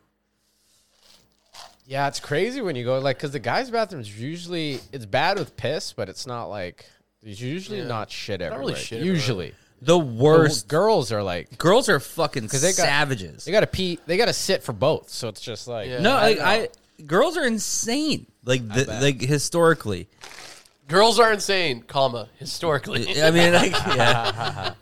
[SPEAKER 2] yeah, it's crazy when you go like because the guys' bathrooms usually it's bad with piss, but it's not like there's usually not shit everywhere.
[SPEAKER 3] really shit everywhere.
[SPEAKER 2] usually,
[SPEAKER 1] The
[SPEAKER 2] girls,
[SPEAKER 1] worst.
[SPEAKER 2] girls are like
[SPEAKER 1] Girls are fucking
[SPEAKER 2] they got-
[SPEAKER 1] savages.
[SPEAKER 2] they gotta pee, they gotta sit for both, so it's just like
[SPEAKER 3] Yeah.
[SPEAKER 1] no,
[SPEAKER 3] I
[SPEAKER 1] like
[SPEAKER 2] don't
[SPEAKER 1] I, girls are insane. Like the,
[SPEAKER 2] bet.
[SPEAKER 1] like historically,
[SPEAKER 3] Girls are insane, comma historically.
[SPEAKER 1] I mean, like yeah,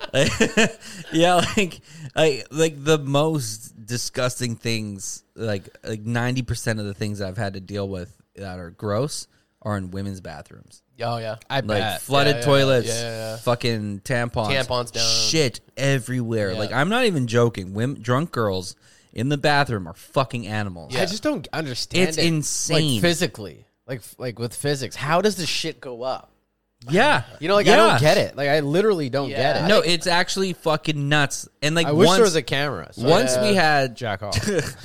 [SPEAKER 1] yeah, like like like the most disgusting things like like 90% of the things i've had to deal with that are gross are in women's bathrooms
[SPEAKER 3] Oh yeah.
[SPEAKER 2] I
[SPEAKER 1] like
[SPEAKER 2] bet.
[SPEAKER 1] flooded
[SPEAKER 3] yeah,
[SPEAKER 1] toilets
[SPEAKER 3] yeah, yeah.
[SPEAKER 1] fucking tampons
[SPEAKER 3] Tampons down.
[SPEAKER 1] shit everywhere like i'm not even joking women drunk girls in the bathroom are fucking animals
[SPEAKER 2] I just don't understand.
[SPEAKER 1] It's
[SPEAKER 2] it.
[SPEAKER 1] insane.
[SPEAKER 2] Like physically, like like with physics, how does this shit go up?
[SPEAKER 1] yeah
[SPEAKER 2] You know, like I
[SPEAKER 1] Yeah.
[SPEAKER 2] don't get it. Like I literally don't
[SPEAKER 3] Yeah.
[SPEAKER 2] get it.
[SPEAKER 1] no it's actually fucking nuts and like
[SPEAKER 2] I wish
[SPEAKER 1] once,
[SPEAKER 2] there was a camera. So
[SPEAKER 1] once
[SPEAKER 2] I
[SPEAKER 1] we had
[SPEAKER 2] jack off. no,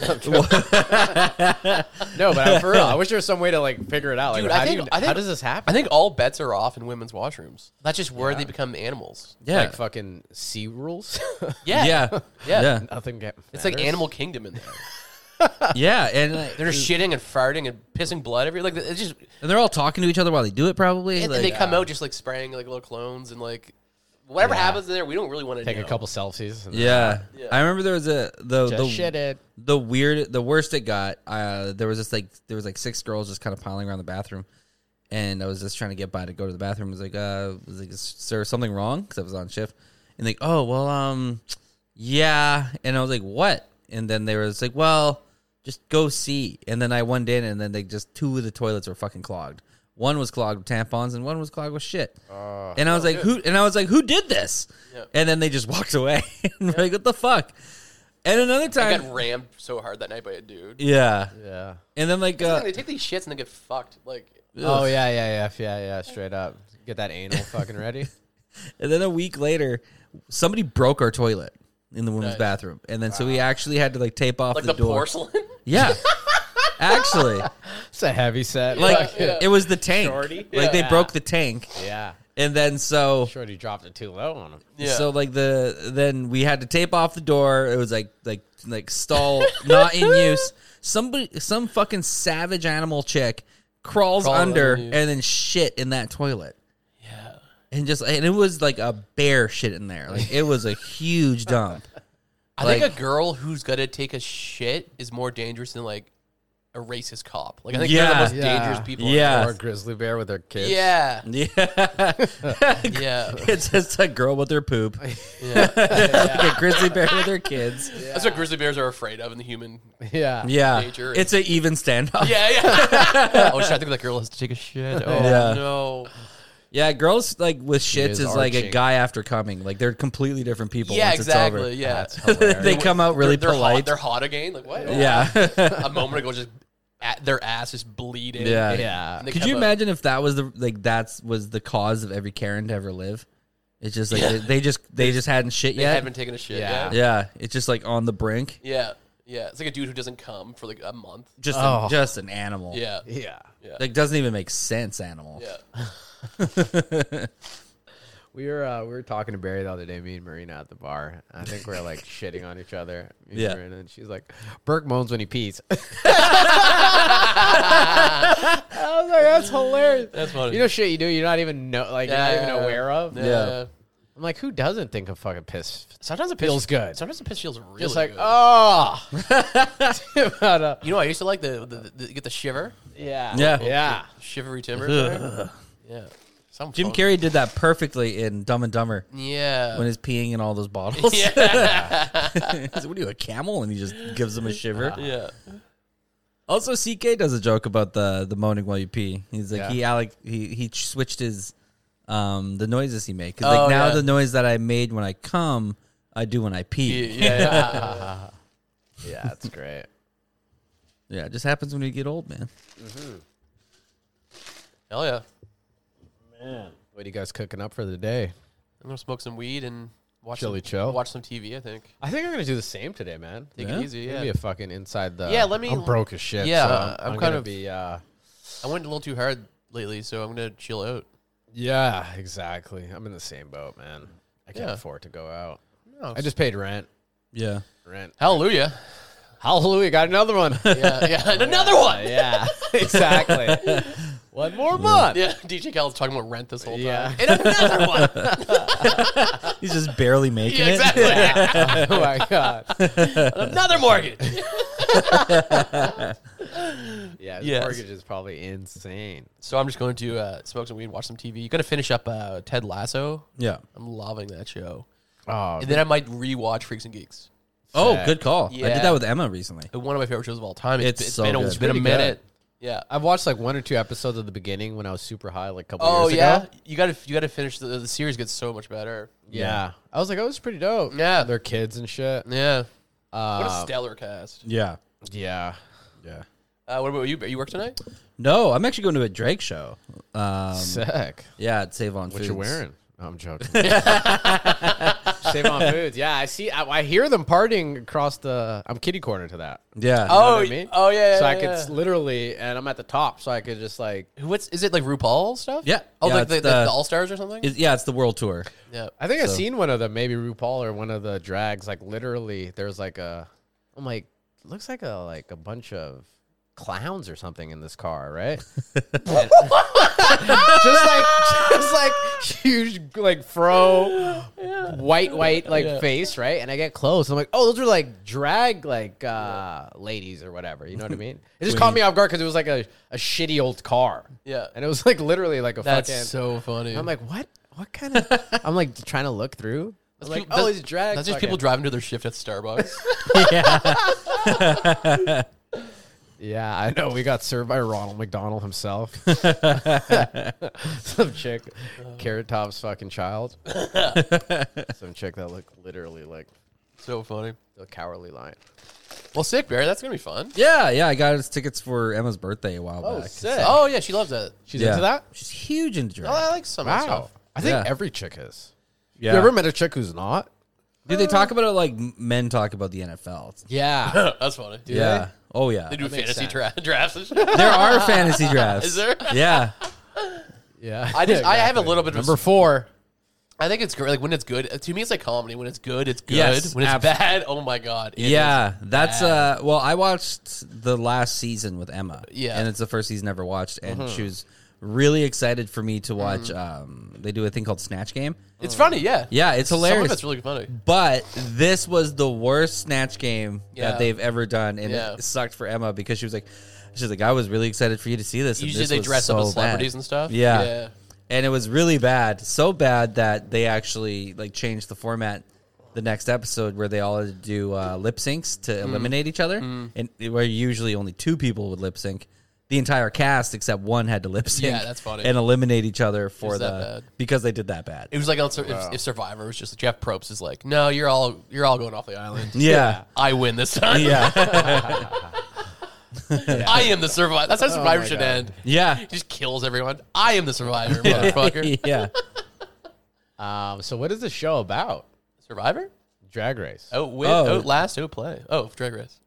[SPEAKER 2] but I, for real, I wish there was some way to like figure it out. Like,
[SPEAKER 3] Dude,
[SPEAKER 2] how
[SPEAKER 3] I
[SPEAKER 2] do
[SPEAKER 3] think,
[SPEAKER 2] you-
[SPEAKER 3] I think
[SPEAKER 2] how does this happen?
[SPEAKER 3] I think all bets are off in women's washrooms. That's just where they become animals.
[SPEAKER 1] yeah
[SPEAKER 2] like fucking sea rules.
[SPEAKER 3] Yeah.
[SPEAKER 1] yeah
[SPEAKER 3] Yeah.
[SPEAKER 1] yeah
[SPEAKER 2] Nothing get.
[SPEAKER 3] It's like
[SPEAKER 2] matters.
[SPEAKER 3] animal kingdom in there.
[SPEAKER 1] yeah and like,
[SPEAKER 3] They're just shitting and farting and pissing blood everywhere. Like it's just
[SPEAKER 1] And they're all talking to each other while they do it, probably.
[SPEAKER 3] and,
[SPEAKER 1] like, uh,
[SPEAKER 3] they come out just like spraying like little clones and like whatever happens in there, we don't really want to
[SPEAKER 2] Take
[SPEAKER 3] know.
[SPEAKER 2] a couple selfies. And
[SPEAKER 1] yeah.
[SPEAKER 3] Yeah.
[SPEAKER 1] I remember there was a the
[SPEAKER 2] Just
[SPEAKER 1] the
[SPEAKER 2] shit it.
[SPEAKER 1] the weird the worst it got. Uh, there was just like there was like six girls just kind of piling around the bathroom, and I was just trying to get by to go to the bathroom. I was like, uh, I was like, is sir, something wrong? Because I was on shift, and like, oh well, um, yeah. And I was like, what? And then they were just like, well, just go see. And then I went in, and then they just two of the toilets were fucking clogged. One was clogged with tampons, and one was clogged with shit. and I was like, who? And I was like, who did this?
[SPEAKER 3] Ah. Oh, Yeah.
[SPEAKER 1] And then they just walked away. and we're like, what the fuck? And another
[SPEAKER 3] I
[SPEAKER 1] time,
[SPEAKER 3] got rammed so hard that night by a dude.
[SPEAKER 1] yeah.
[SPEAKER 2] Yeah.
[SPEAKER 1] And then like uh,
[SPEAKER 3] they take these shits and they get fucked. Like
[SPEAKER 2] Oh yeah, yeah, yeah, yeah, yeah. Straight up, get that anal fucking ready.
[SPEAKER 1] and then a week later, somebody broke our toilet in the women's
[SPEAKER 3] Nice.
[SPEAKER 1] bathroom. And then so we actually had to like tape off
[SPEAKER 3] like
[SPEAKER 1] the,
[SPEAKER 3] the,
[SPEAKER 1] door.
[SPEAKER 3] porcelain.
[SPEAKER 1] Yeah. actually.
[SPEAKER 2] It's a heavy set.
[SPEAKER 1] Like
[SPEAKER 3] yeah.
[SPEAKER 1] it was the tank.
[SPEAKER 2] Shorty?
[SPEAKER 1] Like they
[SPEAKER 2] Yeah.
[SPEAKER 1] broke the tank.
[SPEAKER 2] yeah,
[SPEAKER 1] And then so
[SPEAKER 2] Shorty dropped it too low on him.
[SPEAKER 3] yeah.
[SPEAKER 1] So like the then we had to tape off the door. It was like like like stall not in use. Somebody some fucking savage animal chick crawls
[SPEAKER 3] Crawled
[SPEAKER 1] under
[SPEAKER 3] underneath.
[SPEAKER 1] and then shit in that toilet.
[SPEAKER 3] yeah.
[SPEAKER 1] And just and it was like a bear shit in there. Like it was a huge dump.
[SPEAKER 3] I
[SPEAKER 1] Like-
[SPEAKER 3] think a girl who's gonna take a shit is more dangerous than like a racist cop. Like I think they're
[SPEAKER 1] Yeah.
[SPEAKER 3] the most
[SPEAKER 2] Yeah.
[SPEAKER 3] dangerous people.
[SPEAKER 1] Yeah.
[SPEAKER 2] Or a grizzly bear with their kids.
[SPEAKER 3] Yeah.
[SPEAKER 1] Yeah.
[SPEAKER 3] Yeah.
[SPEAKER 1] it's just a girl with her poop. like a grizzly bear with her kids.
[SPEAKER 3] That's what grizzly bears are afraid of in the human.
[SPEAKER 2] yeah,
[SPEAKER 1] Yeah.
[SPEAKER 3] Nature.
[SPEAKER 1] It's an even standoff.
[SPEAKER 3] Yeah, yeah. oh shit! I think that girl has to take a shit. Oh
[SPEAKER 1] Yeah.
[SPEAKER 3] no.
[SPEAKER 1] Yeah, girls like with shits is,
[SPEAKER 2] is
[SPEAKER 1] like a
[SPEAKER 2] arching.
[SPEAKER 1] guy after coming. Like they're completely different people.
[SPEAKER 3] Yeah,
[SPEAKER 1] once
[SPEAKER 3] exactly.
[SPEAKER 1] It's
[SPEAKER 3] Yeah.
[SPEAKER 1] over. they come out really
[SPEAKER 3] they're, they're Hot,
[SPEAKER 1] polite.
[SPEAKER 3] they're hot again. Like what?
[SPEAKER 1] yeah.
[SPEAKER 3] a moment ago, just at their ass just bleeding.
[SPEAKER 1] Yeah.
[SPEAKER 2] Yeah.
[SPEAKER 3] And they
[SPEAKER 1] Could
[SPEAKER 3] have
[SPEAKER 1] you
[SPEAKER 3] a-
[SPEAKER 1] imagine if that was the like that's was the cause of every Karen to ever live? It's just like they, they just they just hadn't shit
[SPEAKER 3] They
[SPEAKER 1] yet.
[SPEAKER 3] haven't taken a shit.
[SPEAKER 2] Yeah.
[SPEAKER 3] Yeah. yeah.
[SPEAKER 1] Yeah, it's just like on the brink.
[SPEAKER 3] Yeah. It's like a dude who doesn't come for like a month.
[SPEAKER 1] Just
[SPEAKER 2] Oh.
[SPEAKER 1] a, just an animal.
[SPEAKER 3] Yeah.
[SPEAKER 2] yeah.
[SPEAKER 1] like doesn't even make sense. Animal.
[SPEAKER 3] Yeah.
[SPEAKER 2] We were uh, we were talking to Barry the other day, me and Marina at the bar. I think we're like shitting on each other. me and
[SPEAKER 1] Yeah.
[SPEAKER 2] Marina, and she's like, Burke moans when he pees. I was like, that's hilarious.
[SPEAKER 3] That's funny.
[SPEAKER 2] You know shit you do you're not even know like you're not even aware of.
[SPEAKER 1] Yeah.
[SPEAKER 2] I'm like, who doesn't think of fucking piss?
[SPEAKER 3] Sometimes it
[SPEAKER 2] Feels good.
[SPEAKER 3] Sometimes the piss feels really
[SPEAKER 2] Just like,
[SPEAKER 3] good.
[SPEAKER 2] oh, But, uh,
[SPEAKER 3] You know, I used to like the, the, the, get the shiver,
[SPEAKER 2] yeah,
[SPEAKER 1] Yeah.
[SPEAKER 2] yeah.
[SPEAKER 3] shivery timber. yeah. Some
[SPEAKER 1] Jim
[SPEAKER 3] fun-
[SPEAKER 1] Carrey did that perfectly in Dumb and Dumber
[SPEAKER 3] Yeah.
[SPEAKER 1] when he's peeing in all those bottles.
[SPEAKER 3] yeah.
[SPEAKER 1] He's like, what are you, a camel? And he just gives him a shiver.
[SPEAKER 3] yeah.
[SPEAKER 1] Also, CK does a joke about the the moaning while you pee. He's like
[SPEAKER 2] Yeah.
[SPEAKER 1] he Alec he he switched his um the noises he made 'Cause,
[SPEAKER 3] Oh,
[SPEAKER 1] like now
[SPEAKER 3] yeah.
[SPEAKER 1] the noise that I made when I come I do when I
[SPEAKER 3] Yeah.
[SPEAKER 1] pee.
[SPEAKER 3] Yeah. yeah.
[SPEAKER 2] Yeah, that's great.
[SPEAKER 1] Yeah, it just happens when you get old, man.
[SPEAKER 3] Hell yeah.
[SPEAKER 2] What are you guys cooking up for the day?
[SPEAKER 3] I'm gonna smoke some weed and watch
[SPEAKER 2] Chili
[SPEAKER 3] some,
[SPEAKER 2] chill.
[SPEAKER 3] watch some TV. I think.
[SPEAKER 2] I think I'm gonna do the same today, man.
[SPEAKER 3] Take
[SPEAKER 1] Yeah?
[SPEAKER 3] it easy.
[SPEAKER 2] Give
[SPEAKER 3] Yeah.
[SPEAKER 2] me a fucking inside the.
[SPEAKER 3] Yeah, let me-
[SPEAKER 2] I'm broke as shit.
[SPEAKER 3] Yeah,
[SPEAKER 2] so
[SPEAKER 3] uh,
[SPEAKER 2] I'm,
[SPEAKER 3] I'm
[SPEAKER 2] kind
[SPEAKER 3] kind
[SPEAKER 2] of
[SPEAKER 3] of-
[SPEAKER 2] be. Uh,
[SPEAKER 3] I went a little too hard lately, so I'm gonna chill out.
[SPEAKER 2] yeah, exactly. I'm in the same boat, man. I can't
[SPEAKER 3] Yeah.
[SPEAKER 2] afford to go out.
[SPEAKER 3] No,
[SPEAKER 2] I just paid rent.
[SPEAKER 1] Yeah.
[SPEAKER 2] Rent.
[SPEAKER 3] hallelujah.
[SPEAKER 2] Hallelujah! Got another one.
[SPEAKER 3] Yeah, yeah, and another one.
[SPEAKER 2] yeah, exactly. one more month.
[SPEAKER 3] Yeah, DJ Khaled's talking about rent this whole time.
[SPEAKER 2] Yeah.
[SPEAKER 3] and another one.
[SPEAKER 1] He's just barely making
[SPEAKER 3] yeah,
[SPEAKER 1] it.
[SPEAKER 3] exactly.
[SPEAKER 2] oh my god.
[SPEAKER 3] another mortgage.
[SPEAKER 2] Yeah,
[SPEAKER 3] Yes.
[SPEAKER 2] the mortgage is probably insane.
[SPEAKER 3] so I'm just going to uh, smoke some weed, watch some TV. Gonna finish up uh, Ted Lasso.
[SPEAKER 1] Yeah.
[SPEAKER 3] I'm loving that show.
[SPEAKER 2] Oh,
[SPEAKER 3] and then I might rewatch Freaks and Geeks.
[SPEAKER 1] Oh,
[SPEAKER 2] Fact.
[SPEAKER 1] good call. I
[SPEAKER 3] Yeah.
[SPEAKER 1] did that with Emma recently.
[SPEAKER 3] One of my favorite shows of all time.
[SPEAKER 1] It's
[SPEAKER 3] been-
[SPEAKER 1] so
[SPEAKER 3] been,
[SPEAKER 1] good.
[SPEAKER 3] A,
[SPEAKER 1] It's
[SPEAKER 3] been a
[SPEAKER 2] pretty good.
[SPEAKER 3] minute. Yeah.
[SPEAKER 2] I've watched like one or two episodes of the beginning when I was super high, like a couple
[SPEAKER 3] Oh
[SPEAKER 2] years
[SPEAKER 3] yeah.
[SPEAKER 2] ago.
[SPEAKER 3] You gotta you gotta finish the, the series gets so much better.
[SPEAKER 2] Yeah. I was like, oh, it's pretty dope.
[SPEAKER 3] Yeah.
[SPEAKER 2] They're kids and shit.
[SPEAKER 3] Yeah. What a
[SPEAKER 2] Uh,
[SPEAKER 3] stellar cast.
[SPEAKER 1] Yeah.
[SPEAKER 2] yeah.
[SPEAKER 1] Yeah.
[SPEAKER 3] Uh, what about you? You work tonight?
[SPEAKER 1] No, I'm actually going to a Drake show. Um,
[SPEAKER 2] Sick.
[SPEAKER 1] yeah, at Save On
[SPEAKER 2] What
[SPEAKER 1] Foods.
[SPEAKER 2] you wearing? No, I'm joking. Save on foods. Yeah, I see. I, I hear them partying across the. I'm kitty corner to that.
[SPEAKER 1] Yeah.
[SPEAKER 2] You know what
[SPEAKER 3] Oh,
[SPEAKER 2] I mean?
[SPEAKER 3] oh, yeah,
[SPEAKER 2] So
[SPEAKER 3] yeah,
[SPEAKER 2] I could
[SPEAKER 3] yeah.
[SPEAKER 2] s- literally, and I'm at the top, so I could just like.
[SPEAKER 3] Who- What's is it like RuPaul stuff?
[SPEAKER 1] Yeah.
[SPEAKER 3] Oh,
[SPEAKER 1] Yeah,
[SPEAKER 3] like
[SPEAKER 1] it's
[SPEAKER 3] the, the,
[SPEAKER 1] the-
[SPEAKER 3] All Stars or something.
[SPEAKER 1] It- yeah, it's the world tour.
[SPEAKER 3] yeah.
[SPEAKER 2] I think I've seen one of them, maybe RuPaul or one of the drags. Like literally, there's like a. I'm like, looks like a like a bunch of clowns or something in this car, right? And- just like just like huge like fro white white like face, right? And I get close. I'm like, oh, those are like drag like uh ladies or whatever. You know what I mean? It just caught me off guard because it was like a, a shitty old car.
[SPEAKER 3] Yeah.
[SPEAKER 2] And it was like literally like a
[SPEAKER 3] That's
[SPEAKER 2] fucking
[SPEAKER 3] so funny.
[SPEAKER 2] I'm like, what? What kind of? I'm like trying to look through. I'm like,
[SPEAKER 3] people-
[SPEAKER 2] oh,
[SPEAKER 3] that's-
[SPEAKER 2] it's drag.
[SPEAKER 3] That's just
[SPEAKER 2] fucking-
[SPEAKER 3] people driving to their shift at Starbucks.
[SPEAKER 2] Yeah, I know. We got served by Ronald McDonald himself. Some chick, Carrot Top's fucking child. Some chick that looked literally like
[SPEAKER 3] so funny.
[SPEAKER 2] the cowardly lion.
[SPEAKER 3] Well, sick, Barry. That's gonna be fun.
[SPEAKER 1] Yeah, yeah. I got us tickets for Emma's birthday a while back.
[SPEAKER 3] Oh yeah, she loves that.
[SPEAKER 2] She's
[SPEAKER 1] yeah.
[SPEAKER 2] into that.
[SPEAKER 1] She's huge into Drake.
[SPEAKER 3] Oh, I like some of that
[SPEAKER 2] Wow.
[SPEAKER 3] stuff.
[SPEAKER 2] I think
[SPEAKER 1] Yeah.
[SPEAKER 2] every chick is.
[SPEAKER 1] yeah.
[SPEAKER 2] You ever met a chick who's not?
[SPEAKER 1] Dude, they talk about it like men talk about the NFL. It's-
[SPEAKER 2] Yeah.
[SPEAKER 3] that's funny. Dude,
[SPEAKER 1] yeah. Oh yeah.
[SPEAKER 3] They do
[SPEAKER 2] makes
[SPEAKER 3] fantasy
[SPEAKER 2] sense.
[SPEAKER 3] dra- drafts. and shit.
[SPEAKER 1] There are fantasy drafts.
[SPEAKER 3] Is there?
[SPEAKER 1] Yeah.
[SPEAKER 2] yeah.
[SPEAKER 3] I just I have a little bit of
[SPEAKER 2] Number four.
[SPEAKER 3] I think it's great. Like when it's good, uh, to me, it's like comedy. When it's good, it's good.
[SPEAKER 1] Yes,
[SPEAKER 3] when it's
[SPEAKER 1] abs-
[SPEAKER 3] bad, oh my god. it is-
[SPEAKER 1] yeah. That's uh well, I watched the last season with Emma.
[SPEAKER 3] Yeah. Uh-huh.
[SPEAKER 1] And it's the first season I ever watched and she was really excited for me
[SPEAKER 3] Mm-hmm.
[SPEAKER 1] to watch um they do a thing called Snatch Game.
[SPEAKER 3] it's funny. Yeah,
[SPEAKER 1] Yeah, it's
[SPEAKER 3] Some
[SPEAKER 1] hilarious.
[SPEAKER 3] of it's really funny.
[SPEAKER 1] But this was the worst snatch game
[SPEAKER 3] Yeah.
[SPEAKER 1] that they've ever done, and
[SPEAKER 3] Yeah.
[SPEAKER 1] it sucked for Emma because she was like, she's like, I was really excited for you to see this. and
[SPEAKER 3] Usually
[SPEAKER 1] this
[SPEAKER 3] they
[SPEAKER 1] was
[SPEAKER 3] dress
[SPEAKER 1] so
[SPEAKER 3] up as celebrities
[SPEAKER 1] bad."
[SPEAKER 3] and stuff.
[SPEAKER 1] Yeah.
[SPEAKER 3] yeah.
[SPEAKER 1] and it was really bad, so bad that they actually like changed the format. The next episode where they all had to do uh, lip syncs to
[SPEAKER 3] Mm-hmm.
[SPEAKER 1] eliminate each other, and it- where usually only two people would lip sync. The entire cast except one had to lip sync.
[SPEAKER 3] Yeah, that's funny.
[SPEAKER 1] And eliminate each other for
[SPEAKER 3] was
[SPEAKER 1] the
[SPEAKER 3] that bad.
[SPEAKER 1] because they did that bad.
[SPEAKER 3] It was like on Sur- if, if Survivor was just Jeff Probst is like, no, you're all you're all going off the island.
[SPEAKER 1] yeah,
[SPEAKER 3] I win this time.
[SPEAKER 1] yeah,
[SPEAKER 3] I am the survivor. That's how Survivor
[SPEAKER 2] Oh my
[SPEAKER 3] should
[SPEAKER 2] God.
[SPEAKER 3] end.
[SPEAKER 1] yeah,
[SPEAKER 3] He just kills everyone. I am the survivor, motherfucker.
[SPEAKER 1] yeah.
[SPEAKER 2] Um, so what is the show about?
[SPEAKER 3] survivor?
[SPEAKER 2] Drag race.
[SPEAKER 3] Oh, win,
[SPEAKER 1] Oh.
[SPEAKER 3] oh, last, oh, play. Oh, Drag Race.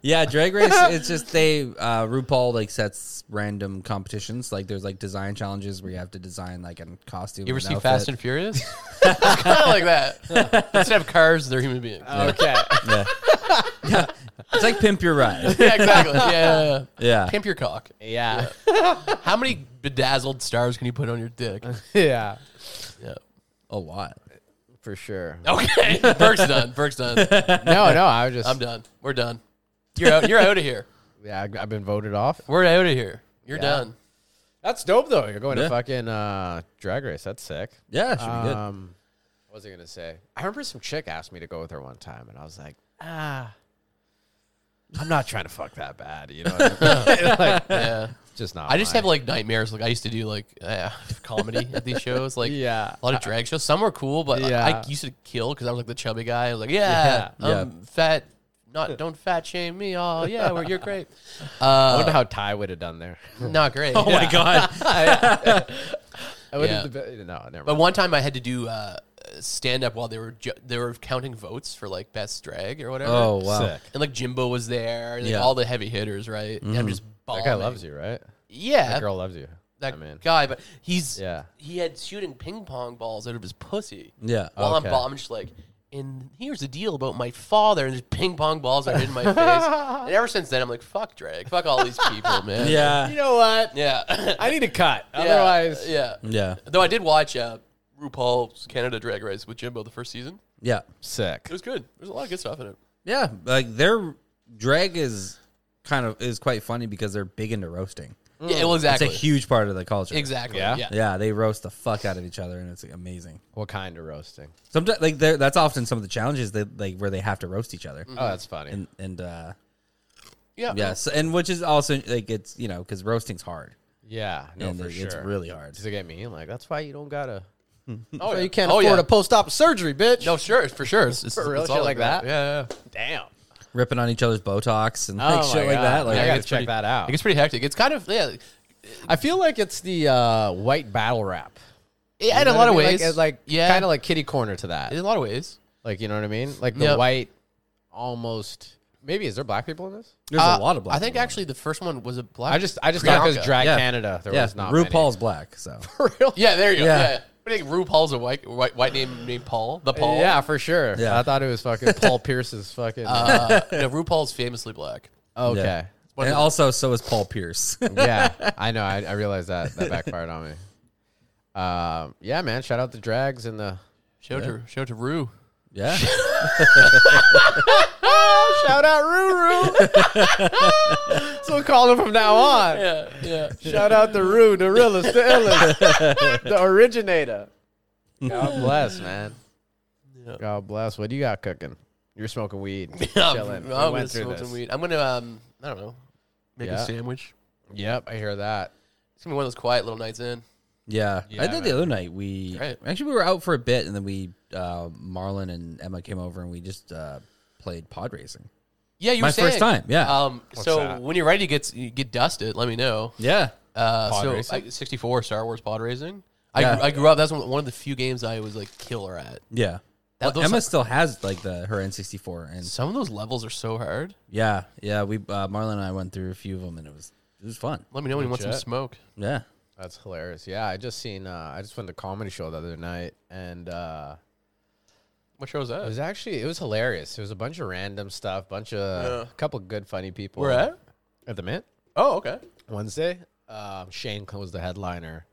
[SPEAKER 1] Yeah, Drag Race. it's just they uh, RuPaul like sets random competitions. Like there's like design challenges where you have to design like a costume.
[SPEAKER 3] You ever
[SPEAKER 1] an
[SPEAKER 3] see
[SPEAKER 1] outfit.
[SPEAKER 3] Fast and Furious? it's kind of like that. Instead of cars, they're human beings.
[SPEAKER 2] Okay.
[SPEAKER 1] Yeah. yeah, it's like Pimp Your Ride.
[SPEAKER 3] yeah, exactly. Yeah, yeah, yeah.
[SPEAKER 1] Yeah,
[SPEAKER 3] Pimp your cock.
[SPEAKER 2] yeah.
[SPEAKER 3] How many bedazzled stars can you put on your dick?
[SPEAKER 2] yeah.
[SPEAKER 3] Yeah.
[SPEAKER 1] a lot.
[SPEAKER 2] For sure.
[SPEAKER 3] Okay. Berg's done. Berg's done.
[SPEAKER 2] No, no. I was just.
[SPEAKER 3] I'm done. We're done. You're out. You're out of here.
[SPEAKER 2] Yeah, I- I've been voted off.
[SPEAKER 3] We're out of here. You're
[SPEAKER 2] Yeah.
[SPEAKER 3] done.
[SPEAKER 2] That's dope though. You're going
[SPEAKER 1] Yeah.
[SPEAKER 2] to fucking uh, Drag Race. That's sick.
[SPEAKER 1] Yeah, it should be good.
[SPEAKER 2] Um, what was I gonna say? I remember some chick asked me to go with her one time, and I was like, ah, I'm not trying to fuck that bad, you know. What I mean? like,
[SPEAKER 3] Yeah.
[SPEAKER 2] just not.
[SPEAKER 3] I just have
[SPEAKER 2] mine.
[SPEAKER 3] like nightmares. Like I used to do like uh, comedy at these shows. Like
[SPEAKER 2] Yeah.
[SPEAKER 3] a lot of drag shows. Some were cool, but I- I,
[SPEAKER 2] Yeah.
[SPEAKER 3] used to kill because I was like the chubby guy. I was like, yeah,
[SPEAKER 2] Yeah.
[SPEAKER 3] I'm fat. Not don't fat shame me. Oh yeah, well, you're great.
[SPEAKER 2] I
[SPEAKER 3] Uh,
[SPEAKER 2] wonder how Ty would have done there.
[SPEAKER 3] not great.
[SPEAKER 1] oh my god.
[SPEAKER 2] I would
[SPEAKER 3] Yeah.
[SPEAKER 2] have deb- no, never.
[SPEAKER 3] But
[SPEAKER 2] Mind.
[SPEAKER 3] one time I had to do uh, stand up while they were ju- they were counting votes for like best drag or whatever.
[SPEAKER 1] Oh wow.
[SPEAKER 2] Sick.
[SPEAKER 3] and like Jimbo was there. And, like,
[SPEAKER 1] Yeah.
[SPEAKER 3] all the heavy hitters, right? And I'm just
[SPEAKER 2] Mm-hmm. That
[SPEAKER 3] bombing.
[SPEAKER 2] guy loves you, right?
[SPEAKER 3] Yeah,
[SPEAKER 2] Oh, That girl loves you.
[SPEAKER 3] that
[SPEAKER 2] I mean,
[SPEAKER 3] guy, but he's
[SPEAKER 2] Yeah.
[SPEAKER 3] he had shooting ping pong balls out of his pussy.
[SPEAKER 1] Yeah.
[SPEAKER 3] While
[SPEAKER 2] Okay.
[SPEAKER 3] I'm bombing, just like, and here's the deal about my father, and there's ping pong balls that are in my face. And ever since then, I'm like, fuck drag, fuck all these people, man.
[SPEAKER 1] Yeah.
[SPEAKER 2] you know what?
[SPEAKER 3] yeah,
[SPEAKER 2] I need to cut.
[SPEAKER 3] Yeah.
[SPEAKER 2] Otherwise,
[SPEAKER 3] yeah.
[SPEAKER 1] Yeah.
[SPEAKER 3] Though I did watch uh, RuPaul's Canada Drag Race with Jimbo the first season.
[SPEAKER 1] Yeah.
[SPEAKER 2] sick.
[SPEAKER 3] It was good. There's a lot of good stuff in it.
[SPEAKER 1] Yeah. Like their drag is kind of is quite funny because they're big into roasting.
[SPEAKER 3] Yeah, well,
[SPEAKER 1] It's a
[SPEAKER 3] exactly.
[SPEAKER 1] huge part of the culture.
[SPEAKER 3] Exactly.
[SPEAKER 2] Yeah?
[SPEAKER 3] Yeah.
[SPEAKER 1] Yeah, they roast the fuck out of each other, and it's like, amazing.
[SPEAKER 2] What kind of roasting?
[SPEAKER 1] Sometimes, like they're- that's often some of the challenges that like where they have to roast each other,
[SPEAKER 2] Oh, that's funny.
[SPEAKER 1] and and uh,
[SPEAKER 3] Yeah.
[SPEAKER 1] yes, and which is also like it's you know because roasting's hard.
[SPEAKER 2] yeah, no,
[SPEAKER 1] and
[SPEAKER 2] for
[SPEAKER 1] it-
[SPEAKER 2] sure.
[SPEAKER 1] it's really hard.
[SPEAKER 2] Does it get mean? Like that's why you don't gotta.
[SPEAKER 3] Oh,
[SPEAKER 2] You can't afford a post-op surgery, bitch.
[SPEAKER 3] No, sure, for sure. It's, it's,
[SPEAKER 2] For real
[SPEAKER 3] it's
[SPEAKER 2] shit
[SPEAKER 3] all
[SPEAKER 2] like that?
[SPEAKER 3] Yeah, yeah.
[SPEAKER 2] Damn.
[SPEAKER 1] Ripping on each other's Botox and like
[SPEAKER 2] Oh my
[SPEAKER 1] shit like
[SPEAKER 2] God.
[SPEAKER 1] that. Like
[SPEAKER 2] I
[SPEAKER 3] Yeah,
[SPEAKER 2] gotta
[SPEAKER 3] it's
[SPEAKER 2] check
[SPEAKER 3] pretty-
[SPEAKER 2] that out.
[SPEAKER 3] It gets pretty hectic. It's kind of yeah.
[SPEAKER 2] I feel like it's the uh, white battle rap.
[SPEAKER 3] yeah
[SPEAKER 2] You
[SPEAKER 3] in
[SPEAKER 2] know
[SPEAKER 3] a lot
[SPEAKER 2] what I
[SPEAKER 3] of
[SPEAKER 2] mean?
[SPEAKER 3] ways,
[SPEAKER 2] like, like
[SPEAKER 3] yeah,
[SPEAKER 2] kind of like kitty corner to that.
[SPEAKER 3] in a lot of ways.
[SPEAKER 2] Like you know what I mean? Like the
[SPEAKER 3] Yep.
[SPEAKER 2] white, almost. Maybe is there black people in this?
[SPEAKER 1] there's
[SPEAKER 3] Uh,
[SPEAKER 1] a lot of black.
[SPEAKER 3] I think
[SPEAKER 1] people.
[SPEAKER 3] actually the first one was a black.
[SPEAKER 2] I just I just
[SPEAKER 3] Yeah.
[SPEAKER 2] thought because Drag
[SPEAKER 1] Yeah.
[SPEAKER 2] Canada there
[SPEAKER 1] yeah,
[SPEAKER 2] was not
[SPEAKER 1] RuPaul's black, so
[SPEAKER 2] many. real.
[SPEAKER 3] yeah, there you go.
[SPEAKER 1] Yeah.
[SPEAKER 3] Yeah. I think RuPaul's a white white, white name named Paul. The Paul.
[SPEAKER 2] Yeah, for sure.
[SPEAKER 1] Yeah.
[SPEAKER 2] I thought it was fucking Paul Pierce's fucking. uh,
[SPEAKER 3] Uh, no, RuPaul's famously black.
[SPEAKER 2] okay.
[SPEAKER 1] and also so is Paul Pierce.
[SPEAKER 2] Yeah. I know. I, I realized that that backfired on me. Um, yeah, man. Shout out the drags and the
[SPEAKER 3] Show to show to Ru.
[SPEAKER 1] yeah,
[SPEAKER 2] shout out Ruru. so we'll call him from now on.
[SPEAKER 3] Yeah, yeah.
[SPEAKER 2] Shout out the Rue, the realest, the illest, the originator. God bless, man. God bless. What do you got cooking? You're smoking weed.
[SPEAKER 3] Um,
[SPEAKER 2] Chilling. We
[SPEAKER 3] I'm,
[SPEAKER 2] went through
[SPEAKER 3] smoke
[SPEAKER 2] this.
[SPEAKER 3] some weed. I'm gonna um, I don't know, make
[SPEAKER 2] Yeah.
[SPEAKER 3] a sandwich.
[SPEAKER 2] Yep, I hear that.
[SPEAKER 3] It's gonna be one of those quiet little nights in.
[SPEAKER 1] yeah.
[SPEAKER 2] Yeah,
[SPEAKER 1] I did the other night. We
[SPEAKER 3] Right.
[SPEAKER 1] actually we were out for a bit, and then we uh, Marlon and Emma came over, and we just uh, played pod racing.
[SPEAKER 3] Yeah, you
[SPEAKER 1] My
[SPEAKER 3] were saying.
[SPEAKER 1] first time, yeah.
[SPEAKER 3] Um, so
[SPEAKER 2] that?
[SPEAKER 3] when you're ready to get you get dusted, let me know.
[SPEAKER 1] Yeah,
[SPEAKER 3] Uh,
[SPEAKER 2] Pod
[SPEAKER 3] so
[SPEAKER 2] racing?
[SPEAKER 3] I, 64 Star Wars pod racing. I,
[SPEAKER 1] Yeah.
[SPEAKER 3] grew, I grew up. That's one, one of the few games I was like killer at.
[SPEAKER 1] yeah.
[SPEAKER 3] That-
[SPEAKER 1] well,
[SPEAKER 3] those-
[SPEAKER 1] Emma still has like the her N64, and
[SPEAKER 3] Some of those levels are so hard.
[SPEAKER 1] Yeah, yeah. We uh, Marlon and I went through a few of them, and it was it was fun.
[SPEAKER 3] Let me know when you want some
[SPEAKER 2] Legit.
[SPEAKER 3] smoke.
[SPEAKER 1] Yeah,
[SPEAKER 2] That's hilarious. Yeah, I just seen. Uh, I just went to a comedy show the other night, and uh,
[SPEAKER 3] What show was
[SPEAKER 2] it
[SPEAKER 3] that?
[SPEAKER 2] was actually it was hilarious. It was a bunch of random stuff, bunch of a couple good funny people.
[SPEAKER 3] Where at?
[SPEAKER 2] At the Mint.
[SPEAKER 3] Oh, okay.
[SPEAKER 2] Wednesday. Um, Shane was the headliner.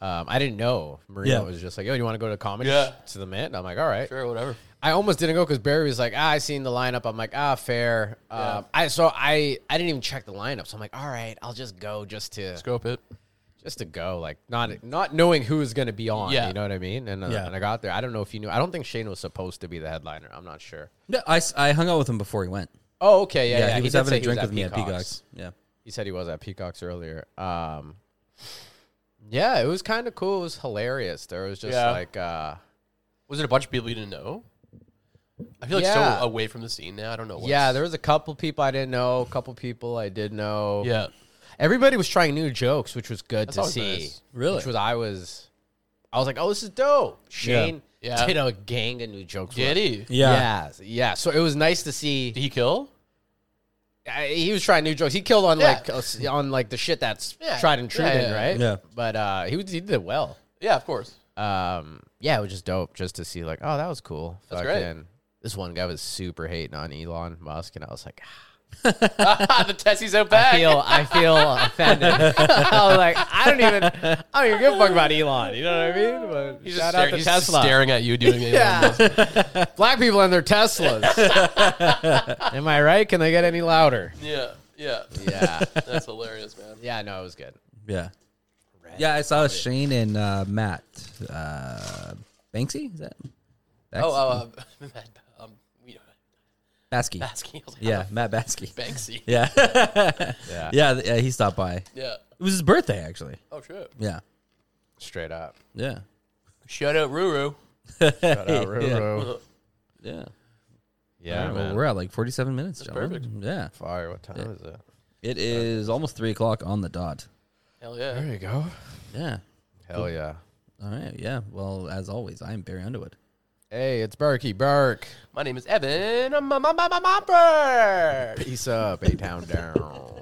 [SPEAKER 2] Um, I didn't know.
[SPEAKER 1] Yeah.
[SPEAKER 2] Marino was just like, "Yo, you want to go to the comedy
[SPEAKER 3] Yeah.
[SPEAKER 2] sh- to the Mint?" And I'm like, "All right."
[SPEAKER 3] Sure, whatever.
[SPEAKER 2] I almost didn't go because Barry was like, "Ah, I seen the lineup." I'm like, "Ah, fair." Um, I so I I didn't even check the lineup. So I'm like, "All right, I'll just go just to
[SPEAKER 3] Scope it.
[SPEAKER 2] just to go." Like not not knowing who is going to be on.
[SPEAKER 3] Yeah.
[SPEAKER 2] You know what I mean? And uh,
[SPEAKER 1] Yeah.
[SPEAKER 2] and I got there. I don't know if you knew. I don't think Shane was supposed to be the headliner. I'm not sure.
[SPEAKER 1] no, I, s- I hung out with him before he went.
[SPEAKER 2] Oh, okay, yeah,
[SPEAKER 1] Yeah,
[SPEAKER 2] yeah.
[SPEAKER 1] he was
[SPEAKER 2] did
[SPEAKER 1] having
[SPEAKER 2] say
[SPEAKER 1] a drink
[SPEAKER 2] was
[SPEAKER 1] with me at Peacocks. Yeah,
[SPEAKER 2] he said he was at Peacocks earlier. Um, yeah, it was kind of cool. It was hilarious. There was just
[SPEAKER 3] Yeah.
[SPEAKER 2] like, uh,
[SPEAKER 3] Was it a bunch of people you didn't know? I feel like
[SPEAKER 2] Yeah.
[SPEAKER 3] so away from the scene now. I don't know. What's,
[SPEAKER 2] yeah, there was a couple people I didn't know, a couple people I did know.
[SPEAKER 3] Yeah.
[SPEAKER 2] everybody was trying new jokes, which was good
[SPEAKER 3] That's
[SPEAKER 2] to
[SPEAKER 3] always
[SPEAKER 2] see.
[SPEAKER 3] nice.
[SPEAKER 1] Really?
[SPEAKER 2] which was I was, I was like, oh, this is dope. Shane
[SPEAKER 3] Yeah.
[SPEAKER 2] did a gang of new jokes.
[SPEAKER 3] Did
[SPEAKER 2] with-
[SPEAKER 3] he?
[SPEAKER 1] Yeah.
[SPEAKER 2] yeah, yeah. So it was nice to see.
[SPEAKER 3] Did he kill?
[SPEAKER 2] I, he was trying new jokes. He killed on
[SPEAKER 3] Yeah.
[SPEAKER 2] like us- on like the shit that's
[SPEAKER 3] Yeah.
[SPEAKER 2] tried and true,
[SPEAKER 3] Yeah,
[SPEAKER 2] then,
[SPEAKER 3] yeah, yeah.
[SPEAKER 2] right?
[SPEAKER 1] Yeah.
[SPEAKER 2] But uh, he was, he did it well.
[SPEAKER 3] Yeah, of course.
[SPEAKER 2] um, yeah, it was just dope just to see like, oh, that was cool.
[SPEAKER 3] That's great.
[SPEAKER 2] This one guy was super hating on Elon Musk, and I was like, ah,
[SPEAKER 3] the Tessie's out back.
[SPEAKER 2] I feel, I feel offended. I was like, I don't even, I don't even give a fuck about Elon. You know what I mean? But
[SPEAKER 3] He's just
[SPEAKER 2] shout
[SPEAKER 3] staring,
[SPEAKER 2] out to
[SPEAKER 3] he's just
[SPEAKER 2] Tesla.
[SPEAKER 3] staring at you doing it. yeah.
[SPEAKER 2] Black people and their Teslas. Am I right? Can they get any louder?
[SPEAKER 3] yeah. Yeah.
[SPEAKER 2] Yeah,
[SPEAKER 3] That's hilarious, man.
[SPEAKER 2] yeah. No, it was good.
[SPEAKER 1] yeah, yeah. I saw Shane and uh, Matt uh, Banksy. Is that? Bax-
[SPEAKER 3] Oh, oh, uh, um, you know,
[SPEAKER 1] Basky.
[SPEAKER 3] Basky. I was like,
[SPEAKER 1] yeah, Matt Basky.
[SPEAKER 3] Banksy.
[SPEAKER 1] Yeah.
[SPEAKER 2] Yeah.
[SPEAKER 1] yeah, th- yeah. He stopped by. It
[SPEAKER 3] Yeah.
[SPEAKER 1] was his birthday, actually.
[SPEAKER 3] Oh, shit.
[SPEAKER 1] Yeah,
[SPEAKER 2] Straight up.
[SPEAKER 1] yeah,
[SPEAKER 3] Shout out Ruru.
[SPEAKER 2] Shout out, Ruru.
[SPEAKER 1] yeah.
[SPEAKER 2] Yeah,
[SPEAKER 1] All right, well,
[SPEAKER 2] man.
[SPEAKER 1] we're at like forty-seven minutes. gentlemen. Yeah,
[SPEAKER 2] Fire. What time is it?
[SPEAKER 1] it is almost three o'clock on the dot.
[SPEAKER 3] Hell yeah.
[SPEAKER 2] There you go.
[SPEAKER 1] Yeah.
[SPEAKER 2] Hell yeah.
[SPEAKER 1] All right. Yeah. Well, as always, I'm Barry Underwood.
[SPEAKER 2] Hey, it's Berkey Burke.
[SPEAKER 3] My name is Evan. I'm a- I'm a- I'm a- I'm a-
[SPEAKER 2] Peace up, A Town Down.